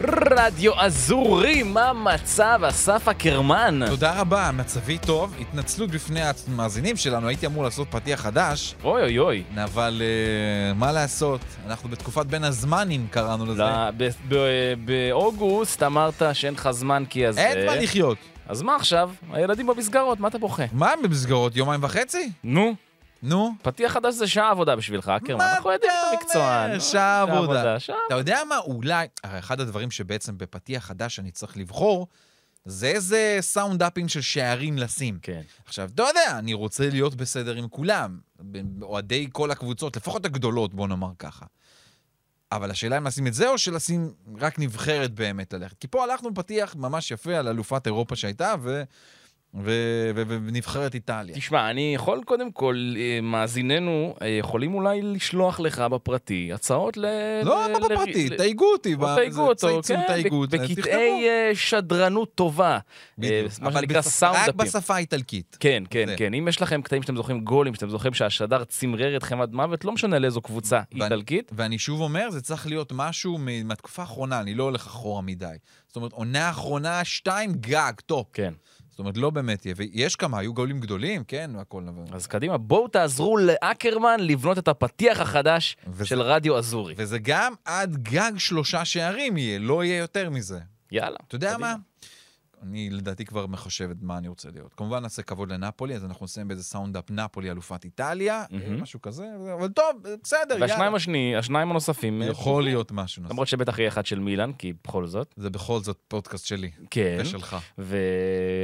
רדיו אזורי, מה המצב, אסף הקרמן? תודה רבה, מצבי טוב. התנצלות בפני המאזינים שלנו, הייתי אמור לעשות פתיח חדש, אוי אוי אוי. אבל אה, מה לעשות, אנחנו בתקופת בין הזמנים קראנו לזה. לא, ב- ב- באוגוסט אמרת שאין לך זמן כי אז... אה, אין מה לחיות. אז מה עכשיו? הילדים במסגרות, מה אתה בוכה? מה הם במסגרות? יומיים וחצי? נו, נו. פתיח חדש זה שעה עבודה בשבילך, הקרמן. מה אנחנו יודעים אתה את אומר? המקצוען. שעה עבודה. שעה. אתה יודע מה? אולי, הרי אחד הדברים שבעצם בפתיח חדש אני צריך לבחור, זה איזה סאונד-אפים של שערים לשים. כן. עכשיו, אתה יודע, אני רוצה להיות בסדר עם כולם, ב- אוהדי כל הקבוצות, לפחות הגדולות, בוא נאמר ככה. אבל השאלה אם לשים את זה או שלשים רק נבחרת באמת ללכת. כי פה הלכנו פתיח ממש יפה על אלופת אירופה שהייתה ו... ו... ו... ונבחרת איטליה. תשמע, אני יכול קודם כל, אה, מאזיננו אה, יכולים אולי לשלוח לך בפרטי הצעות ל... לא, ל- מה ל- בפרטי? כן, אה, ל- תייגו אותי. או ב- תייגו זה- אותו, צייצו, כן, תייגו ב- אותי, בקטעי תכתבו. אה, שדרנות טובה. אה, בדיוק. מה אבל שנקרא בשפ- רק סאונדאפים. בשפה האיטלקית. כן, כן, זה. כן. אם יש לכם קטעים שאתם זוכרים גולים, שאתם זוכרים שהשדר צמרר אתכם עד מוות, לא משנה לאיזו קבוצה ואני- איטלקית. ואני שוב אומר, זה צריך להיות משהו מ- מהתקופה האחרונה, אני לא הולך אחורה מדי. זאת אומרת, עונה אחרונה, שתיים גג, טופ. כן. זאת אומרת, לא באמת יהיה. ויש כמה, היו גולים גדולים, כן, הכל נבוא. אז קדימה, בואו תעזרו לאקרמן לבנות את הפתיח החדש וזה- של רדיו אזורי. וזה גם עד גג שלושה שערים יהיה, לא יהיה יותר מזה. יאללה. אתה יודע קדימה. מה? אני לדעתי כבר מחשב את מה אני רוצה להיות. כמובן נעשה כבוד לנפולי, אז אנחנו נסיים באיזה סאונדאפ נפולי, אלופת איטליה, אה, מהמם. משהו כזה, אבל טוב, בסדר, והשניים יאללה. השני, השניים הנוספים, אה, יכול להיות משהו נוסף. למרות שבטח יהיה אחד של מילאן, כי בכל זאת. זה בכל זאת פודקאסט שלי, כן. ושלך.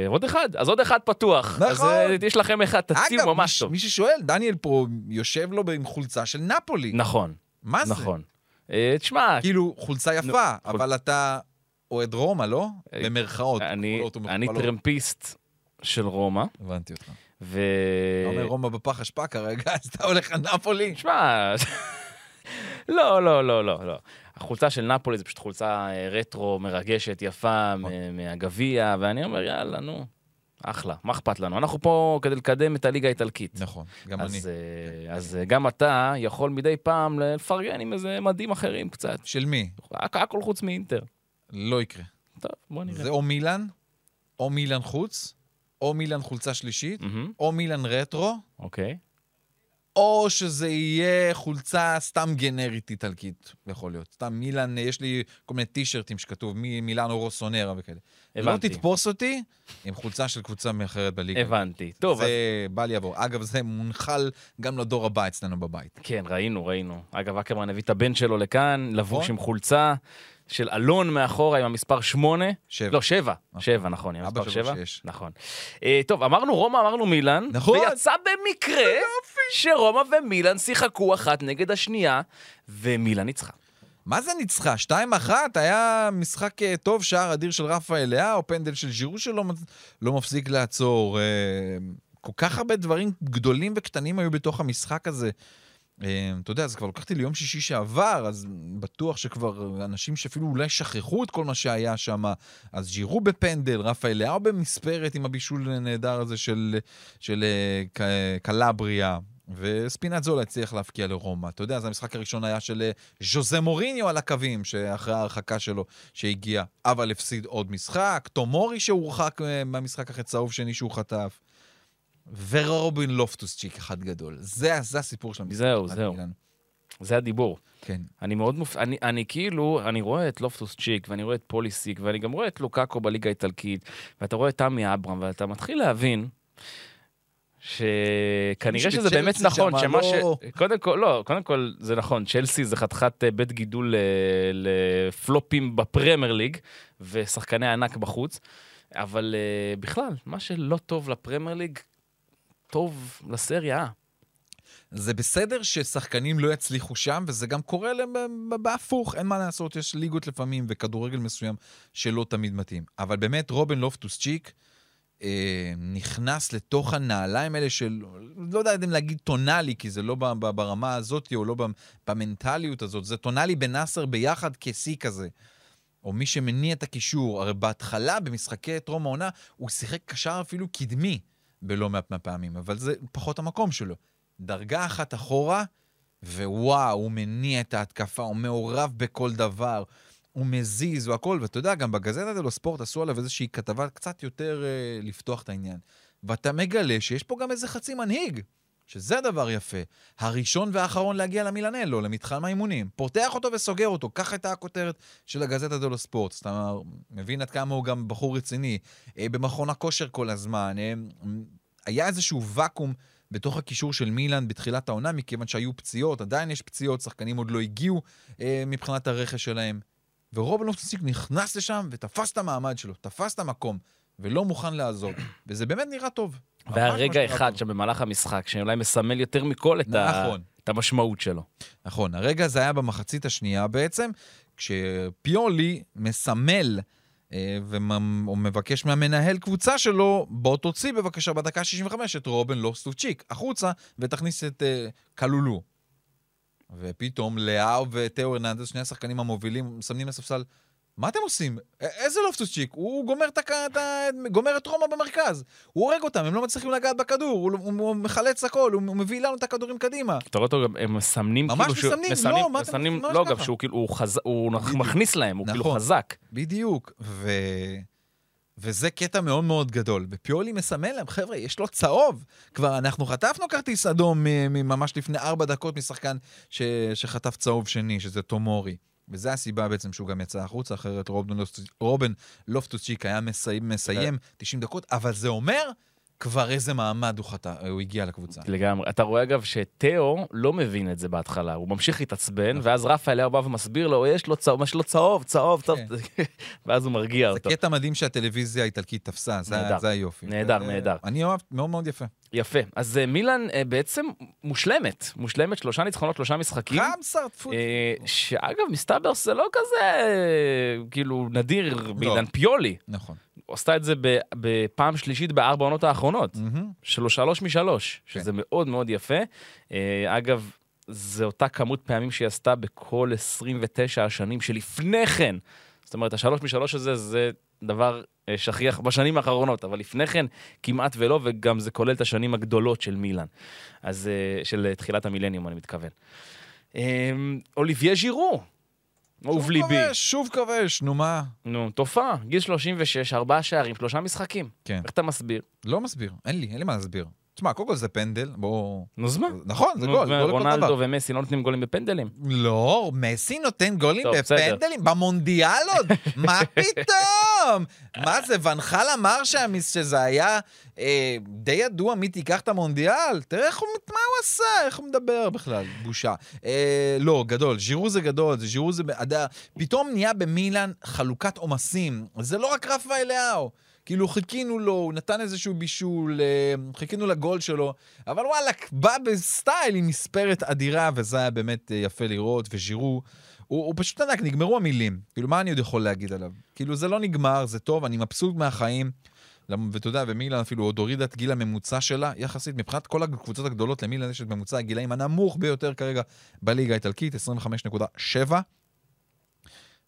ועוד אחד, אז עוד אחד פתוח. נכון. אז אה, יש לכם אחד, אגב, תציעו מי ש- ממש טוב. מי ששואל, דניאל פה יושב לו עם חולצה של נפולי. נכון, מה זה? נכון. אה, תשמע, כאילו, חולצה יפה, חול- אבל אתה אוהד רומא, לא? אה, במרכאות. אני- כפולות אני אה, ומכופלות. טרמפיסט של רומא, הבנתי אותך. אתה ו... אומר רומא בפח אשפה כרגע, אז אתה הולך לנפולי. שמע, לא, לא, לא, לא, לא. החולצה של נפולי זה פשוט חולצה אה, רטרו, מרגשת, יפה, נכון. מ- מהגביע, ואני אומר, יאללה, נו, אחלה, מה אכפת לנו? אנחנו פה כדי לקדם את הליגה האיטלקית. נכון, גם אני. אז, אה, אז אה, גם אתה יכול מדי פעם לפרגן עם איזה מדים אחרים קצת. של מי? הכ- הכל חוץ מאינטר. לא יקרה. טוב, בוא נראה. זה או מילאן, או מילאן חוץ, או מילאן חולצה שלישית, מהמם, או מילאן רטרו, אוקיי. או שזה יהיה חולצה סתם גנרית איטלקית, יכול להיות. סתם מילאן, יש לי כל מיני טישרטים שכתוב מי- מילאנו רוסונרה וכאלה. לא הבנתי. תתפוס אותי עם חולצה של קבוצה מאחרת בליגה. הבנתי. טוב, כן. זה אז... בל יעבור. אגב, זה מונחל גם לדור הבא אצלנו בבית. כן, ראינו, ראינו. אגב, אקרמן הביא את הבן שלו לכאן, לבוש נכון. עם חולצה של אלון מאחורה עם המספר 8. שבע. לא, שבע. נכון. שבע, נכון. עם אבא המספר שלו שבע. שש. נכון. אה, טוב, אמרנו רומא, אמרנו מילאן. נכון. ויצא במקרה שרומא ומילאן שיחקו אחת נגד השנייה, ומילאן ניצחה. מה זה ניצחה? 2-1? היה משחק אה, טוב, שער אדיר של רפאל לאהו, פנדל של ז'ירו שלא מצ- לא מפסיק לעצור. אה, כל כך הרבה דברים גדולים וקטנים היו בתוך המשחק הזה. אה, אתה יודע, זה כבר לקחתי ליום שישי שעבר, אז בטוח שכבר אנשים שאפילו אולי שכחו את כל מה שהיה שם. אז ז'ירו בפנדל, רפאל לאהו במספרת עם הבישול הנהדר הזה של, של אה, ק- קלבריה. וספינאצולה הצליח להפקיע לרומא. אתה יודע, זה המשחק הראשון היה של אה, ז'וזה מוריניו על הקווים, שאחרי ההרחקה שלו שהגיע, אבל הפסיד עוד משחק, תומורי שהורחק אה, מהמשחק אחרי צהוב שני שהוא חטף, ורובין לופטוס צ'יק אחד גדול. זה, זה הסיפור של המשחק. זהו, של זהו. מילאן. זה הדיבור. כן. אני מאוד מופ... אני, אני כאילו, אני רואה את לופטוס צ'יק, ואני רואה את פוליסיק, ואני גם רואה את לוקאקו בליגה האיטלקית, ואתה רואה את תמי אברהם, ואתה מתחיל להבין שכנראה מישהו שזה באמת בצ'לסי נכון, שמה, שמה לא- ש... קודם כל, לא, קודם כל זה נכון, צ'לסי זה חתיכת אה, בית גידול אה, לפלופים בפרמייר ליג, ושחקני ענק בחוץ, אבל אה, בכלל, מה שלא טוב לפרמייר ליג, טוב לסריה. אה. זה בסדר ששחקנים לא יצליחו שם, וזה גם קורה להם ב- ב- בהפוך, אין מה לעשות, יש ליגות לפעמים וכדורגל מסוים שלא תמיד מתאים. אבל באמת, רובן לופטוס צ'יק אה, נכנס לתוך הנעליים האלה של, לא יודע אם להגיד טונאלי, כי זה לא ב- ב- ברמה הזאת או לא ב- במנטליות הזאת, זה טונאלי בנאסר ביחד כשיא כזה. או מי שמניע את הקישור, הרי בהתחלה, במשחקי טרום העונה, הוא שיחק קשר אפילו קדמי בלא מעט מהפעמים, אבל זה פחות המקום שלו. דרגה אחת אחורה, ווואו, הוא מניע את ההתקפה, הוא מעורב בכל דבר. הוא הוא מזיז, הוא הכל, ואתה יודע, גם בגזטה דלו ספורט עשו עליו איזושהי כתבה קצת יותר אה, לפתוח את העניין. ואתה מגלה שיש פה גם איזה חצי מנהיג, שזה הדבר יפה. הראשון והאחרון להגיע למילנלו, למתחם האימונים. פותח אותו וסוגר אותו, ככה הייתה הכותרת של הגזטה דלו ספורט. אז אתה מבין עד כמה הוא גם בחור רציני. אה, במכון הכושר כל הזמן. אה, היה איזשהו ואקום בתוך הקישור של מילאן בתחילת העונה, מכיוון שהיו פציעות, עדיין יש פציעות, שחקנים עוד לא הגיעו אה, מבחינת הרכש שלהם. ורובן אופנסיק נכנס לשם ותפס את המעמד שלו, תפס את המקום, ולא מוכן לעזוב. וזה באמת נראה טוב. ממש ממש והרגע נראה אחד טוב. שם במהלך המשחק, שאולי מסמל יותר מכל את, ה... נכון. את המשמעות שלו. נכון, הרגע הזה היה במחצית השנייה בעצם, כשפיולי מסמל אה, ומבקש מהמנהל קבוצה שלו, בוא תוציא בבקשה בדקה 65 את רובן לוסטובצ'יק החוצה ותכניס את אה, קלולו. ופתאום לאהו ותאו הרננדז, שני השחקנים המובילים, מסמנים לספסל. מה אתם עושים? א- איזה לופטוסצ'יק? הוא גומר את, הק... את ה... גומר את רומא במרכז. הוא הורג אותם, הם לא מצליחים לגעת בכדור, הוא, הוא, הוא מחלץ הכל, הוא, הוא מביא לנו את הכדורים קדימה. אתה רואה אותו, גם, הם מסמנים ממש כאילו... שהוא- מסמנים, לא, מה אתה- מסמנים, ממש לא, גם ככה. שהוא כאילו, הוא, חז... הוא בדיוק. מכניס להם, הוא כאילו נכון. חזק. בדיוק, ו... וזה קטע מאוד מאוד גדול. ופיולי מסמן להם, חבר'ה, יש לו צהוב. כבר אנחנו חטפנו כרטיס אדום מ- מ- ממש לפני ארבע דקות משחקן ש... שחטף צהוב שני, שזה תומורי. וזו הסיבה בעצם שהוא גם יצא החוצה, אחרת רובן, לופטוס... רובן לופטוצ'יק היה מסיים, מסיים 90 דקות, אבל זה אומר כבר איזה מעמד הוא, חט... הוא הגיע לקבוצה. לגמרי. אתה רואה, אגב, שתאו לא מבין את זה בהתחלה, הוא ממשיך להתעצבן, נכון. ואז רפה אליה בא ומסביר לו, יש לו צהוב, יש לו צהוב, צהוב, צהוב, ואז הוא מרגיע כן. זה אותו. קטע מדהים שהטלוויזיה האיטלקית תפסה, זה, נהדר. זה היופי. נהדר, אה, נהדר. אני אוהב, מאוד מאוד יפה. יפה. אז אה, מילאן אה, בעצם מושלמת, מושלמת, שלושה ניצחונות, שלושה משחקים. חמסה, טפו, אה, שאגב, מסתבר שזה לא כזה, אה, כאילו, נדיר בעידן פיולי. נכון. הוא עשתה את זה ב- בפעם שלישית בארבע העונות האחרונות. מהמם. שלוש, שלוש משלוש, שזה מאוד מאוד יפה. אה, אגב, זו אותה כמות פעמים שהיא עשתה בכל 29 השנים שלפני כן. זאת אומרת, השלוש משלוש הזה זה דבר אה, שכיח בשנים האחרונות, אבל לפני כן כמעט ולא, וגם זה כולל את השנים הגדולות של מילאן. אז אה, של אה, תחילת המילניום, אני מתכוון. אה, אוליביה ז'ירו, אהוב ליבי. כובש, שוב כובש, נו מה? נו, תופעה, גיל 36, ארבעה שערים, שלושה משחקים. כן. איך אתה מסביר? לא מסביר, אין לי, אין לי מה להסביר. תשמע, קודם כל זה פנדל, בואו... נו, אז מה? נכון, זה נו, גול, גול לכל רונלדו דבר. ומסי לא נותנים גולים בפנדלים. לא, מסי נותן גולים טוב, בסדר. בפנדלים, במונדיאל עוד, מה פתאום? מה זה, ונחל אמר שהמיס- שזה היה אה, די ידוע מי תיקח את המונדיאל? תראה איך הוא, מת- מה הוא עשה, איך הוא מדבר בכלל, בושה. אה, לא, גדול, ז'ירו זה גדול, זה ז'ירו זה... אתה- פתאום נהיה במילאן חלוקת עומסים, זה לא רק רפאי לאהו. כאילו חיכינו לו, הוא נתן איזשהו בישול, אה, חיכינו לגול שלו, אבל וואלכ, בא בסטייל עם מספרת אדירה, וזה היה באמת אה, יפה לראות, וז'ירו, הוא, הוא פשוט ענק, נגמרו המילים. כאילו, מה אני עוד יכול להגיד עליו? כאילו, זה לא נגמר, זה טוב, אני מבסוט מהחיים. למ- ואתה יודע, ומילן אפילו עוד הורידה את גיל הממוצע שלה, יחסית, מבחינת כל הקבוצות הגדולות, למילן יש את ממוצע הגילאים הנמוך ביותר כרגע בליגה האיטלקית, 25.7.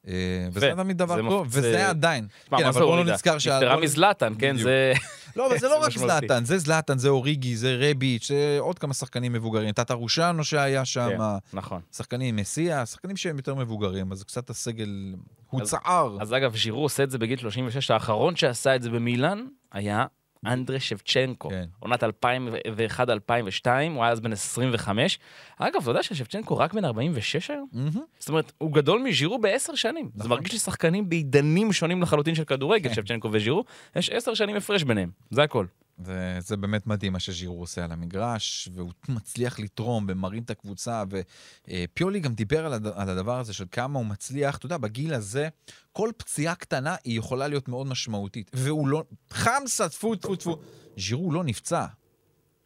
אה, וזה יפה. תמיד דבר זה טוב, מפ- וזה זה- עדיין. מה, כן, מה אבל זה בואו הורידה? לא נזכר שה- נפטרה לא- מזלאטן, כן? בדיוק. זה... לא, אבל זה זה לא רק משמעותי. זלאטן, זה זלאטן, זה אוריגי, זה רביץ', זה עוד כמה שחקנים מבוגרים. טאטה רושנו שהיה שם, נכון. שחקנים מסיע, שחקנים שהם יותר מבוגרים, אז קצת הסגל הוצער. אז אגב, ז'ירו עושה את זה בגיל 36, האחרון שעשה את זה במילאן היה אנדרי שבצ'נקו. כן. עונת 2001-2002, הוא היה אז בן 25. אגב, אתה יודע ששבצ'נקו רק בן 46 היום? מהמם. זאת אומרת, הוא גדול מז'ירו בעשר שנים. זה נכון. כן. מרגיש לי שחקנים בעידנים שונים לחלוטין של כדורגל, שבצ'נקו וז'ירו, יש עשר שנים הפרש ביניהם, זה הכל. זה, זה באמת מדהים מה שז'ירו עושה על המגרש, והוא מצליח לתרום ומרים את הקבוצה, ופיולי גם דיבר על, הד... על הדבר הזה של כמה הוא מצליח, אתה יודע, בגיל הזה, כל פציעה קטנה היא יכולה להיות מאוד משמעותית. והוא לא, חמסה, טפו, טפו, טפו, ז'ירו לא נפצע.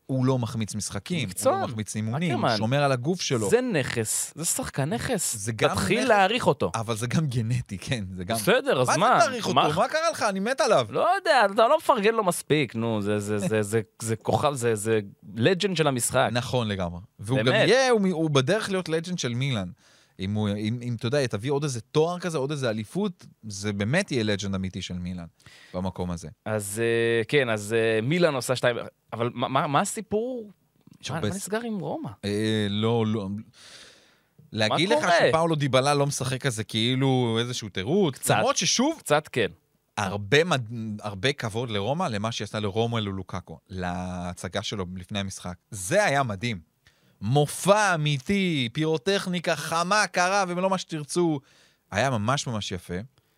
הוא לא מחמיץ משחקים, הוא מקצוען. לא מחמיץ אימונים, הוא אקרמן. שומר על הגוף שלו. זה נכס, זה שחקן נכס. זה גם נכס. תתחיל להעריך אותו. אבל זה גם גנטי, כן, זה גם... בסדר, אז מה? מה אתה תעריך אותו? מה קרה לך? אני מת עליו. לא יודע, אתה לא מפרגן לו מספיק, נו, זה- זה- זה- זה- זה כוכב, זה- זה לג'נד של המשחק. נכון לגמרי. והוא גם באמת. יהיה, הוא, מ- הוא בדרך להיות לג'נד של מילאן. אם, הוא, אם, אם אתה יודע, תביא עוד איזה תואר כזה, עוד איזה אליפות, זה באמת יהיה לג'נד אמיתי של מילאן במקום הזה. אז אה, כן, אז אה, מילאן עושה שתיים, אבל מה- מה מה הסיפור? יש מה הרבה מה נסגר עם רומא? אה, לא, לא. להגיד מה לך קורה? שפאולו דיבלה לא משחק כזה כאילו איזשהו תירוץ, קצת. למרות ששוב, קצת כן. הרבה, מד- הרבה כבוד לרומא, למה שעשה לרומא ללוקאקו, להצגה שלו לפני המשחק. זה היה מדהים. מופע אמיתי, פירוטכניקה חמה, קרה ולא מה שתרצו. היה ממש ממש יפה.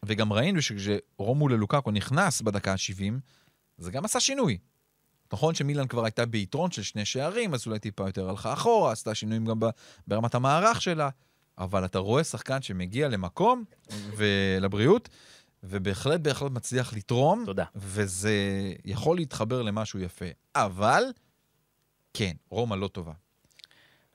וגם ראינו שכשרומו ללוקאקו נכנס בדקה ה-70, זה גם עשה שינוי. נכון שמילאן כבר הייתה ביתרון של שני שערים, אז אולי טיפה יותר הלכה אחורה, עשתה שינויים גם ב- ברמת המערך שלה, אבל אתה רואה שחקן שמגיע למקום ולבריאות, ובהחלט בהחלט מצליח לתרום, תודה. וזה יכול להתחבר למשהו יפה. אבל, כן, רומא לא טובה.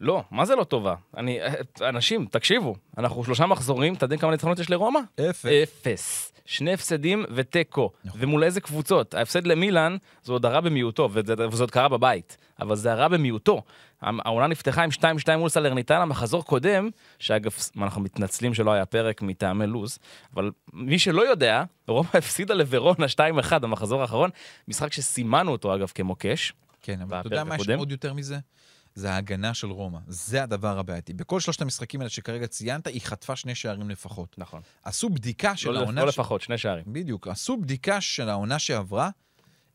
לא, מה זה לא טובה? אני... אנשים, תקשיבו, אנחנו שלושה מחזורים, אתה יודע כמה ניצחונות יש לרומא? אפס. אה, אפס. שני הפסדים ותיקו. נכון. ומול איזה קבוצות? ההפסד למילאן זה עוד הרע במיעוטו, וזה וזה עוד קרה בבית. אבל זה הרע במיעוטו. המ- העונה נפתחה עם 2-2 מול סלרניטנה, מחזור קודם, שאגב, אנחנו מתנצלים שלא היה פרק מטעמי לוז, אבל מי שלא יודע, רומא הפסידה לוורונה 2-1 במחזור האחרון, משחק שסימנו אותו אגב כמוקש. כן, אבל אתה בפרק יודע מה יש הקודם? עוד יותר מזה? זה ההגנה של רומא. זה הדבר הבעייתי. בכל שלושת המשחקים האלה שכרגע ציינת, היא חטפה שני שערים לפחות. נכון. עשו בדיקה של לא, העונה... לא ש- לפחות, שני שערים. בדיוק. עשו בדיקה של העונה שעברה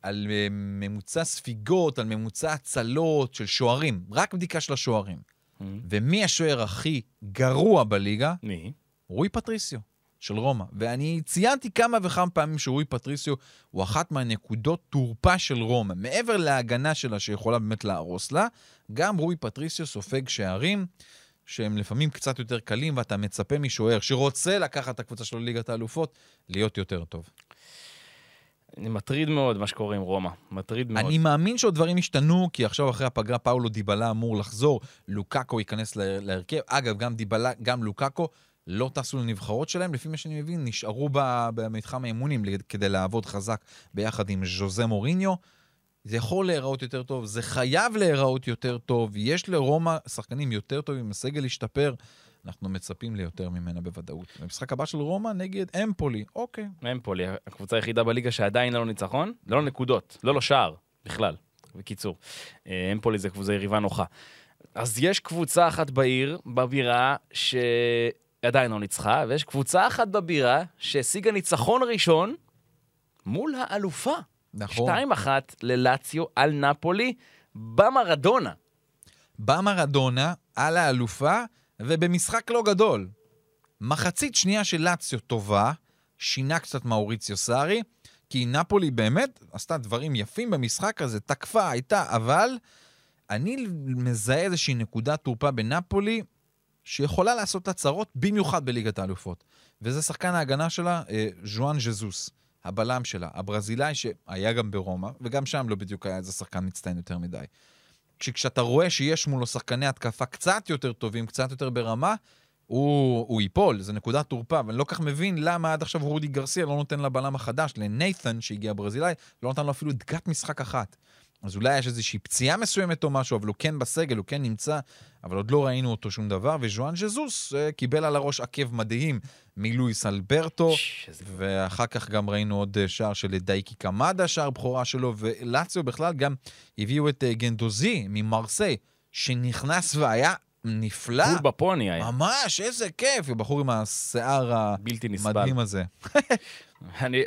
על אה, ממוצע ספיגות, על ממוצע הצלות של שוערים. רק בדיקה של השוערים. Mm-hmm. ומי השוער הכי גרוע בליגה? מי? רוי פטריסיו של רומא. ואני ציינתי כמה וכמה פעמים שרוי פטריסיו הוא אחת מהנקודות תורפה של רומא. מעבר להגנה שלה שיכולה באמת להרוס לה, גם רוי פטריסיו סופג שערים. שהם לפעמים קצת יותר קלים, ואתה מצפה משוער שרוצה לקחת את הקבוצה שלו לליגת האלופות, להיות יותר טוב. אני מטריד מאוד מה שקורה עם רומא. מטריד מאוד. אני מאמין שעוד דברים ישתנו, כי עכשיו אחרי הפגרה פאולו דיבלה אמור לחזור, לוקאקו ייכנס לה- להרכב. אגב, גם דיבלה, גם לוקאקו, לא טסו לנבחרות שלהם, לפי מה שאני מבין, נשארו ב- במתחם האימונים ל- כדי לעבוד חזק ביחד עם ז'וזה מוריניו. זה יכול להיראות יותר טוב, זה חייב להיראות יותר טוב, יש לרומא שחקנים יותר טובים, הסגל השתפר, אנחנו מצפים ליותר ממנה בוודאות. המשחק הבא של רומא נגד אמפולי, אוקיי. אמפולי, הקבוצה היחידה בליגה שעדיין אין לו ניצחון, לא נקודות, לא לו שער, בכלל, בקיצור. אה, אמפולי זה קבוצה יריבה נוחה. אז יש קבוצה אחת בעיר, בבירה, שעדיין לא ניצחה, ויש קבוצה אחת בבירה שהשיגה ניצחון ראשון מול האלופה. נכון. 2-1 ללציו על נפולי במרדונה. במרדונה, על האלופה, ובמשחק לא גדול. מחצית שנייה של לאציו טובה, שינה קצת מאוריציו סארי, כי נפולי באמת עשתה דברים יפים במשחק הזה, תקפה, הייתה, אבל אני מזהה איזושהי נקודת תורפה בנפולי, שיכולה לעשות לה צרות, במיוחד בליגת האלופות. וזה שחקן ההגנה שלה, אה, ז'ואן ז'זוס, הבלם שלה, הברזילאי שהיה גם ברומא, וגם שם לא בדיוק היה איזה שחקן מצטיין יותר מדי. כשאתה רואה שיש מולו שחקני התקפה קצת יותר טובים, קצת יותר ברמה, הוא, הוא ייפול, זה נקודת תורפה, ואני לא כל כך מבין למה עד עכשיו רודי גרסיה לא נותן לבלם החדש, לניית'ן שהגיע ברזילאי, לא נתן לו אפילו דקת משחק אחת. אז אולי יש איזושהי פציעה מסוימת או משהו, אבל הוא כן בסגל, הוא כן נמצא, אבל עוד לא ראינו אותו שום דבר, וז'ואן ז'זוס אה, קיבל על הראש עקב מדהים מלואיס אלברטו. ש- איזה- ואחר כך גם ראינו עוד אה, שער של דייקי קמדה, שער בכורה שלו, ולציו בכלל גם הביאו את אה, גנדוזי ממרסיי, שנכנס והיה נפלא. בול בפוני היה, ממש, איזה כיף, הבחור עם השיער בלתי נסבל. המדהים הזה. אני-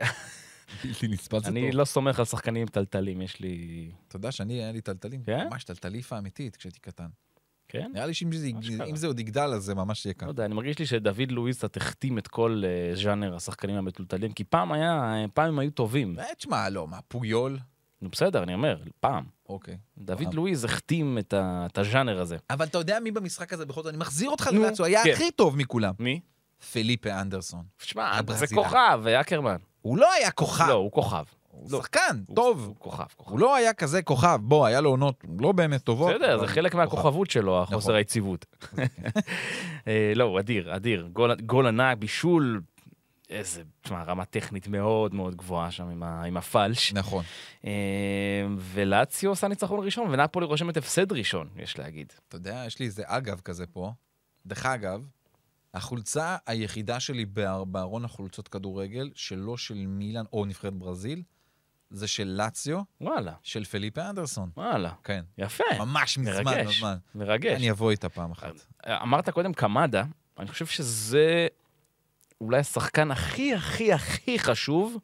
בלתי נסבל אני לא סומך על שחקנים טלטלים, יש לי... אתה יודע שאני, היה לי טלטלים. כן? ממש טלטליפה אמיתית כשהייתי קטן. כן? נראה לי שאם זה- אשכרה. אם זה עוד יגדל, אז זה ממש יהיה לא כאן. יודע, אני מרגיש לי שדוד לואיס קצת החתים את כל אה, ז'אנר השחקנים המטולטלים, כי פעם היה, אה, פעם הם היו טובים. תשמע, לא, מה, פויול? נו בסדר, אני אומר, פעם. אוקיי. דוד פעם. לואיס החתים את ה- את הז'אנר הזה. אבל אתה יודע מי במשחק הזה בכל זאת, אני מחזיר אותך נו, ללציו, היה כן. הכי טוב מכולם. מי? פליפה אנדרסון. שמע, זה הברזילאי. כוכב, אה, אקרמן. הוא לא היה כוכב, לא, הוא כוכב. הוא לא. שחקן, הוא- טוב. הוא כוכב, כוכב. הוא לא היה כזה כוכב, בוא, היה לו עונות לא באמת טובות. בסדר, זה אבל חלק כוכב. מהכוכבות שלו, החוסר נכון. היציבות. אה, לא, הוא אדיר, אדיר. גול- גול ענק, בישול. איזה, תשמע, רמה טכנית מאוד מאוד גבוהה שם עם ה- עם הפלש. נכון. אה, ולציו עושה ניצחון ראשון, ונפולי רושמת הפסד ראשון, יש להגיד. אתה יודע, יש לי איזה אגב כזה פה. דרך אגב, החולצה היחידה שלי באר- בארון החולצות כדורגל, שלא של מילאן או נבחרת ברזיל, זה של לאציו, וואלה, של פליפה אנדרסון. וואלה. כן. יפה, ממש מזמן, אה, מרגש, מזמן. מרגש. אה, אני אבוא איתה פעם אחת. אמרת קודם קמדה, אני חושב שזה אולי השחקן הכי הכי הכי חשוב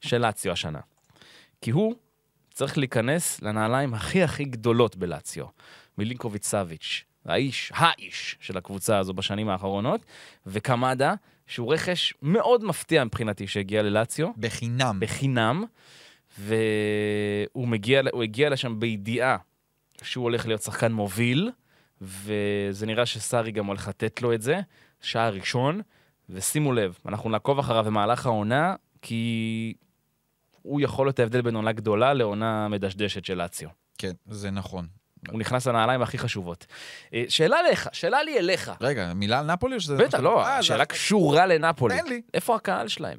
של לאציו השנה. כי הוא צריך להיכנס לנעליים הכי הכי גדולות בלאציו, מילינקוביץ' סאביץ', האיש, האיש של הקבוצה הזו בשנים האחרונות, וקמדה, שהוא רכש מאוד מפתיע מבחינתי שהגיע ללאציו, בחינם. בחינם, והוא מגיע, הוא הגיע לשם בידיעה שהוא הולך להיות שחקן מוביל, וזה נראה שסארי גם הולך לתת לו את זה, שער ראשון, ושימו לב, אנחנו נעקוב אחריו במהלך העונה, כי הוא יכול להיות ההבדל בין עונה גדולה לעונה מדשדשת של לאציו. כן, זה נכון. הוא נכנס לנעליים הכי חשובות. אה, שאלה אליך, שאלה לי אליך. רגע, מילה על נפולי או שזה... בטח, לא, אה, זה- השאלה קשורה לנפולי. תן לי. איפה הקהל שלהם?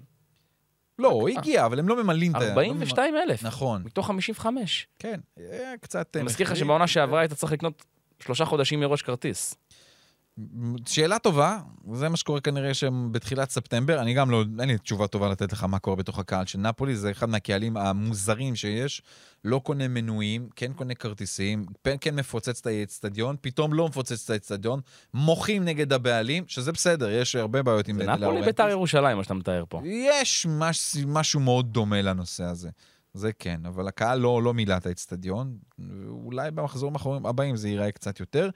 לא, הוא הגיע, אבל הם לא ממלאים את ה... 42 אלף, נכון, מתוך 55. כן. אה, קצת... אה, אני מזכיר לך מחירים. שבעונה שעברה היית צריך לקנות שלושה חודשים מראש כרטיס. שאלה טובה, זה מה שקורה כנראה שהם בתחילת ספטמבר, אני גם לא, אין לי תשובה טובה לתת לך מה קורה בתוך הקהל של נפולי, זה אחד מהקהלים המוזרים שיש, לא קונה מנויים, כן קונה כרטיסים, כן- כן מפוצץ את האצטדיון, פתאום לא מפוצץ את האצטדיון, מוחים נגד הבעלים, שזה בסדר, יש הרבה בעיות עם זה דני נפולי לאורנטיס. ביתר ירושלים, מה שאתה מתאר פה. יש מש, משהו מאוד דומה לנושא הזה. זה כן, אבל הקהל לא, לא מילא את האצטדיון, אולי במחזורים האחרונים- הבאים זה ייראה קצת יותר.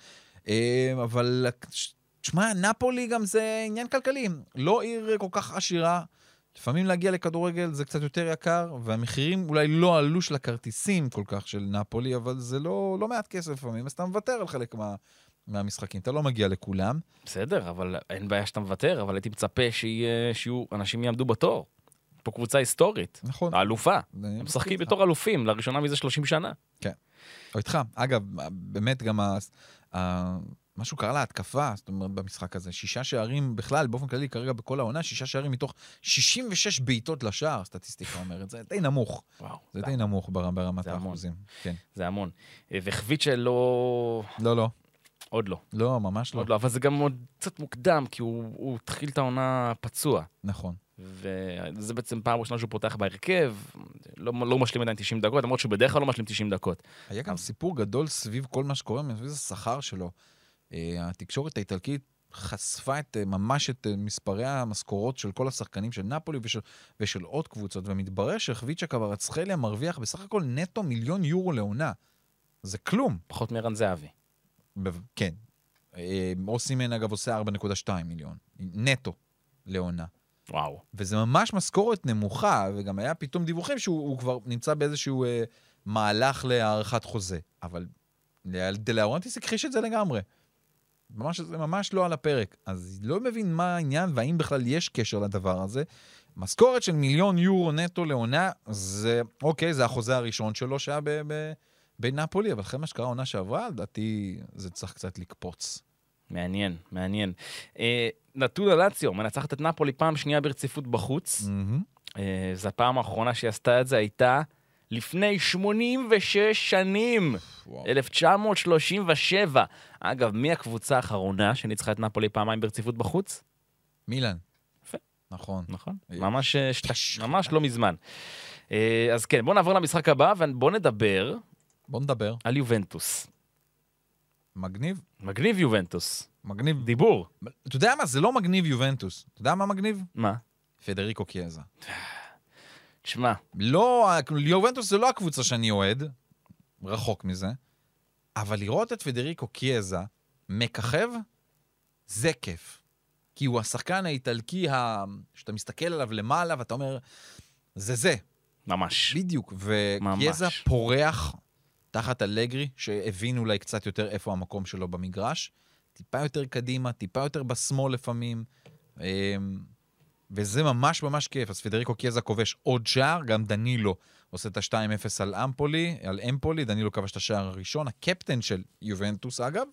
אה, אבל, ש- תשמע, נפולי גם זה עניין כלכלי, לא עיר כל כך עשירה. לפעמים להגיע לכדורגל זה קצת יותר יקר, והמחירים אולי לא עלו של הכרטיסים כל כך של נפולי, אבל זה לא, לא מעט כסף לפעמים, אז אתה מוותר על חלק מה, מהמשחקים, אתה לא מגיע לכולם. בסדר, אבל אין בעיה שאתה מוותר, אבל הייתי מצפה שיהיה- שיהיו, אנשים יעמדו בתור. פה קבוצה היסטורית, נכון. האלופה. אני הם מסכים משחקים איתך. בתור אלופים, לראשונה מזה 30 שנה. או איתך. אגב, באמת גם ה... ה... משהו קרה להתקפה, זאת אומרת, במשחק הזה. שישה שערים בכלל, באופן כללי, כרגע בכל העונה, שישה שערים מתוך 66 בעיטות לשער, הסטטיסטיקה אומרת. זה די נמוך. וואו, זה די נמוך בר... ברמת זה המון. האחוזים. כן. זה המון. אה, וחביצ'ה לא... לא, לא. עוד לא. לא, ממש לא. עוד לא, אבל זה גם עוד קצת מוקדם, כי הוא הוא התחיל את העונה פצוע. נכון. וזה בעצם פעם ראשונה שהוא פותח בהרכב, לא, לא משלים עדיין 90 דקות, למרות שהוא בדרך כלל לא משלים 90 דקות. היה גם סיפור גדול סביב כל מה שקורה, סביב השכר שלו. אה, התקשורת האיטלקית חשפה את, אה, ממש את אה, מספרי המשכורות של כל השחקנים של נפולי ושל, ושל עוד קבוצות, ומתברר שחביצ'ה קברצחליה מרוויח בסך הכל נטו מיליון יורו לעונה. זה כלום. פחות מערן זהבי. ב- כן. אה, אוסימן, אגב, עושה 4.2 מיליון. נטו לעונה. וואו. וזה ממש משכורת נמוכה, וגם היה פתאום דיווחים שהוא הוא כבר נמצא באיזשהו אה, מהלך להארכת חוזה. אבל דלאורנטיס הכחיש את זה לגמרי. ממש, זה ממש לא על הפרק. אז לא מבין מה העניין והאם בכלל יש קשר לדבר הזה. משכורת של מיליון יורו נטו לעונה, זה, אוקיי, זה החוזה הראשון שלו שהיה ב- ב- בנפולי, אבל אחרי מה שקרה העונה שעברה, לדעתי זה צריך קצת לקפוץ. מעניין, מעניין. אה, נתון הלציו, מנצחת את נפולי פעם שנייה ברציפות בחוץ. אה, זו הפעם האחרונה שהיא עשתה את זה, הייתה לפני 86 שנים, וואו. 1937. אגב, מי הקבוצה האחרונה שניצחה את נפולי פעמיים ברציפות בחוץ? מילן. יפה. נכון. נכון. אה, ממש, אה, פש. ממש לא מזמן. אה, אז כן, בואו נעבור למשחק הבא, ובואו נדבר בוא נדבר. על יובנטוס. מגניב. מגניב יובנטוס. מגניב דיבור. אתה יודע מה? זה לא מגניב יובנטוס. אתה יודע מה מגניב? מה? פדריקו קיאזה. תשמע, לא, ה- יובנטוס זה לא הקבוצה שאני אוהד, רחוק מזה, אבל לראות את פדריקו קיאזה מככב, זה כיף. כי הוא השחקן האיטלקי, ה... שאתה מסתכל עליו למעלה ואתה אומר, זה זה, ממש. בדיוק. וקיאזה ממש. פורח תחת אלגרי, שהבין אולי קצת יותר איפה המקום שלו במגרש. טיפה יותר קדימה, טיפה יותר בשמאל לפעמים. אמ, וזה ממש ממש כיף. אז פדריקו קיאזה כובש עוד שער, גם דנילו עושה את ה-2-0 על אמפולי, על אמפולי, דנילו כבש את השער הראשון, הקפטן של יובנטוס אגב.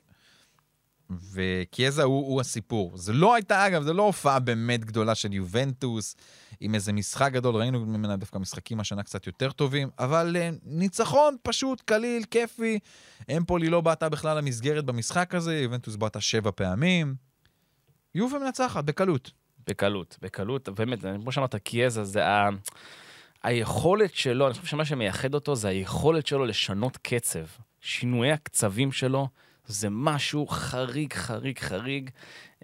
וקיאזה הוא, הוא הסיפור. זה לא הייתה, אגב, זו לא הופעה באמת גדולה של יובנטוס, עם איזה משחק גדול, ראינו ממנה דווקא משחקים השנה קצת יותר טובים, אבל אה, ניצחון פשוט, קליל, כיפי. אמפולי לא בעטה בכלל למסגרת במשחק הזה, יובנטוס בעטה שבע פעמים. יובה מנצחת, בקלות. בקלות, בקלות, באמת, אני- כמו שאמרת, קיאזה זה ה... היכולת שלו, אני חושב שמה שמייחד אותו זה היכולת שלו לשנות קצב. שינויי הקצבים שלו זה משהו חריג, חריג, חריג.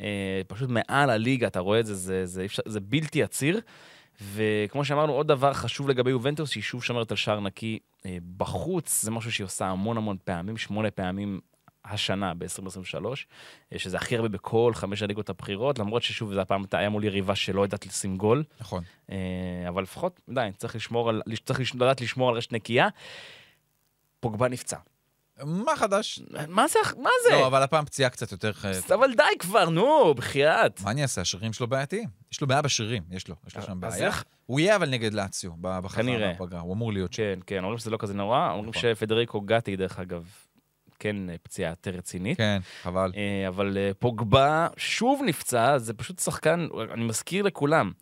אה, פשוט מעל הליגה, אתה רואה את זה, זה, זה, זה, זה בלתי עציר. וכמו שאמרנו, עוד דבר חשוב לגבי יובנטוס, שהיא שוב שומרת על שער נקי אה, בחוץ, זה משהו שהיא עושה המון המון פעמים, שמונה פעמים השנה ב-2023, אה, שזה הכי הרבה בכל חמש הליגות הבכירות, למרות ששוב, זה הפעם היה מול יריבה שלא יודעת לשים גול, נכון. אה, אבל לפחות, עדיין, צריך, לשמור על, צריך לש- לדעת לשמור על רשת נקייה. פוגבה נפצע. מה חדש? מה זה? מה זה? לא, אבל הפעם פציעה קצת יותר... ח- אבל די כבר, נו, בחייאת. מה אני אעשה? השרירים שלו בעייתיים. יש לו בעיה בשרירים, יש לו. יש לו שם אה, אז בעיה. איך- הוא יהיה אבל נגד לאציו, ב- בחזרה כנראה. בפגרה, הוא אמור להיות שם. כן, כן, אומרים שזה לא כזה נורא, אומרים נכון. שפדריקו גטי, דרך אגב, כן אה, פציעה יותר רצינית. כן, חבל. אה, אבל אה, פוגבה שוב נפצע, זה פשוט שחקן, אני מזכיר לכולם,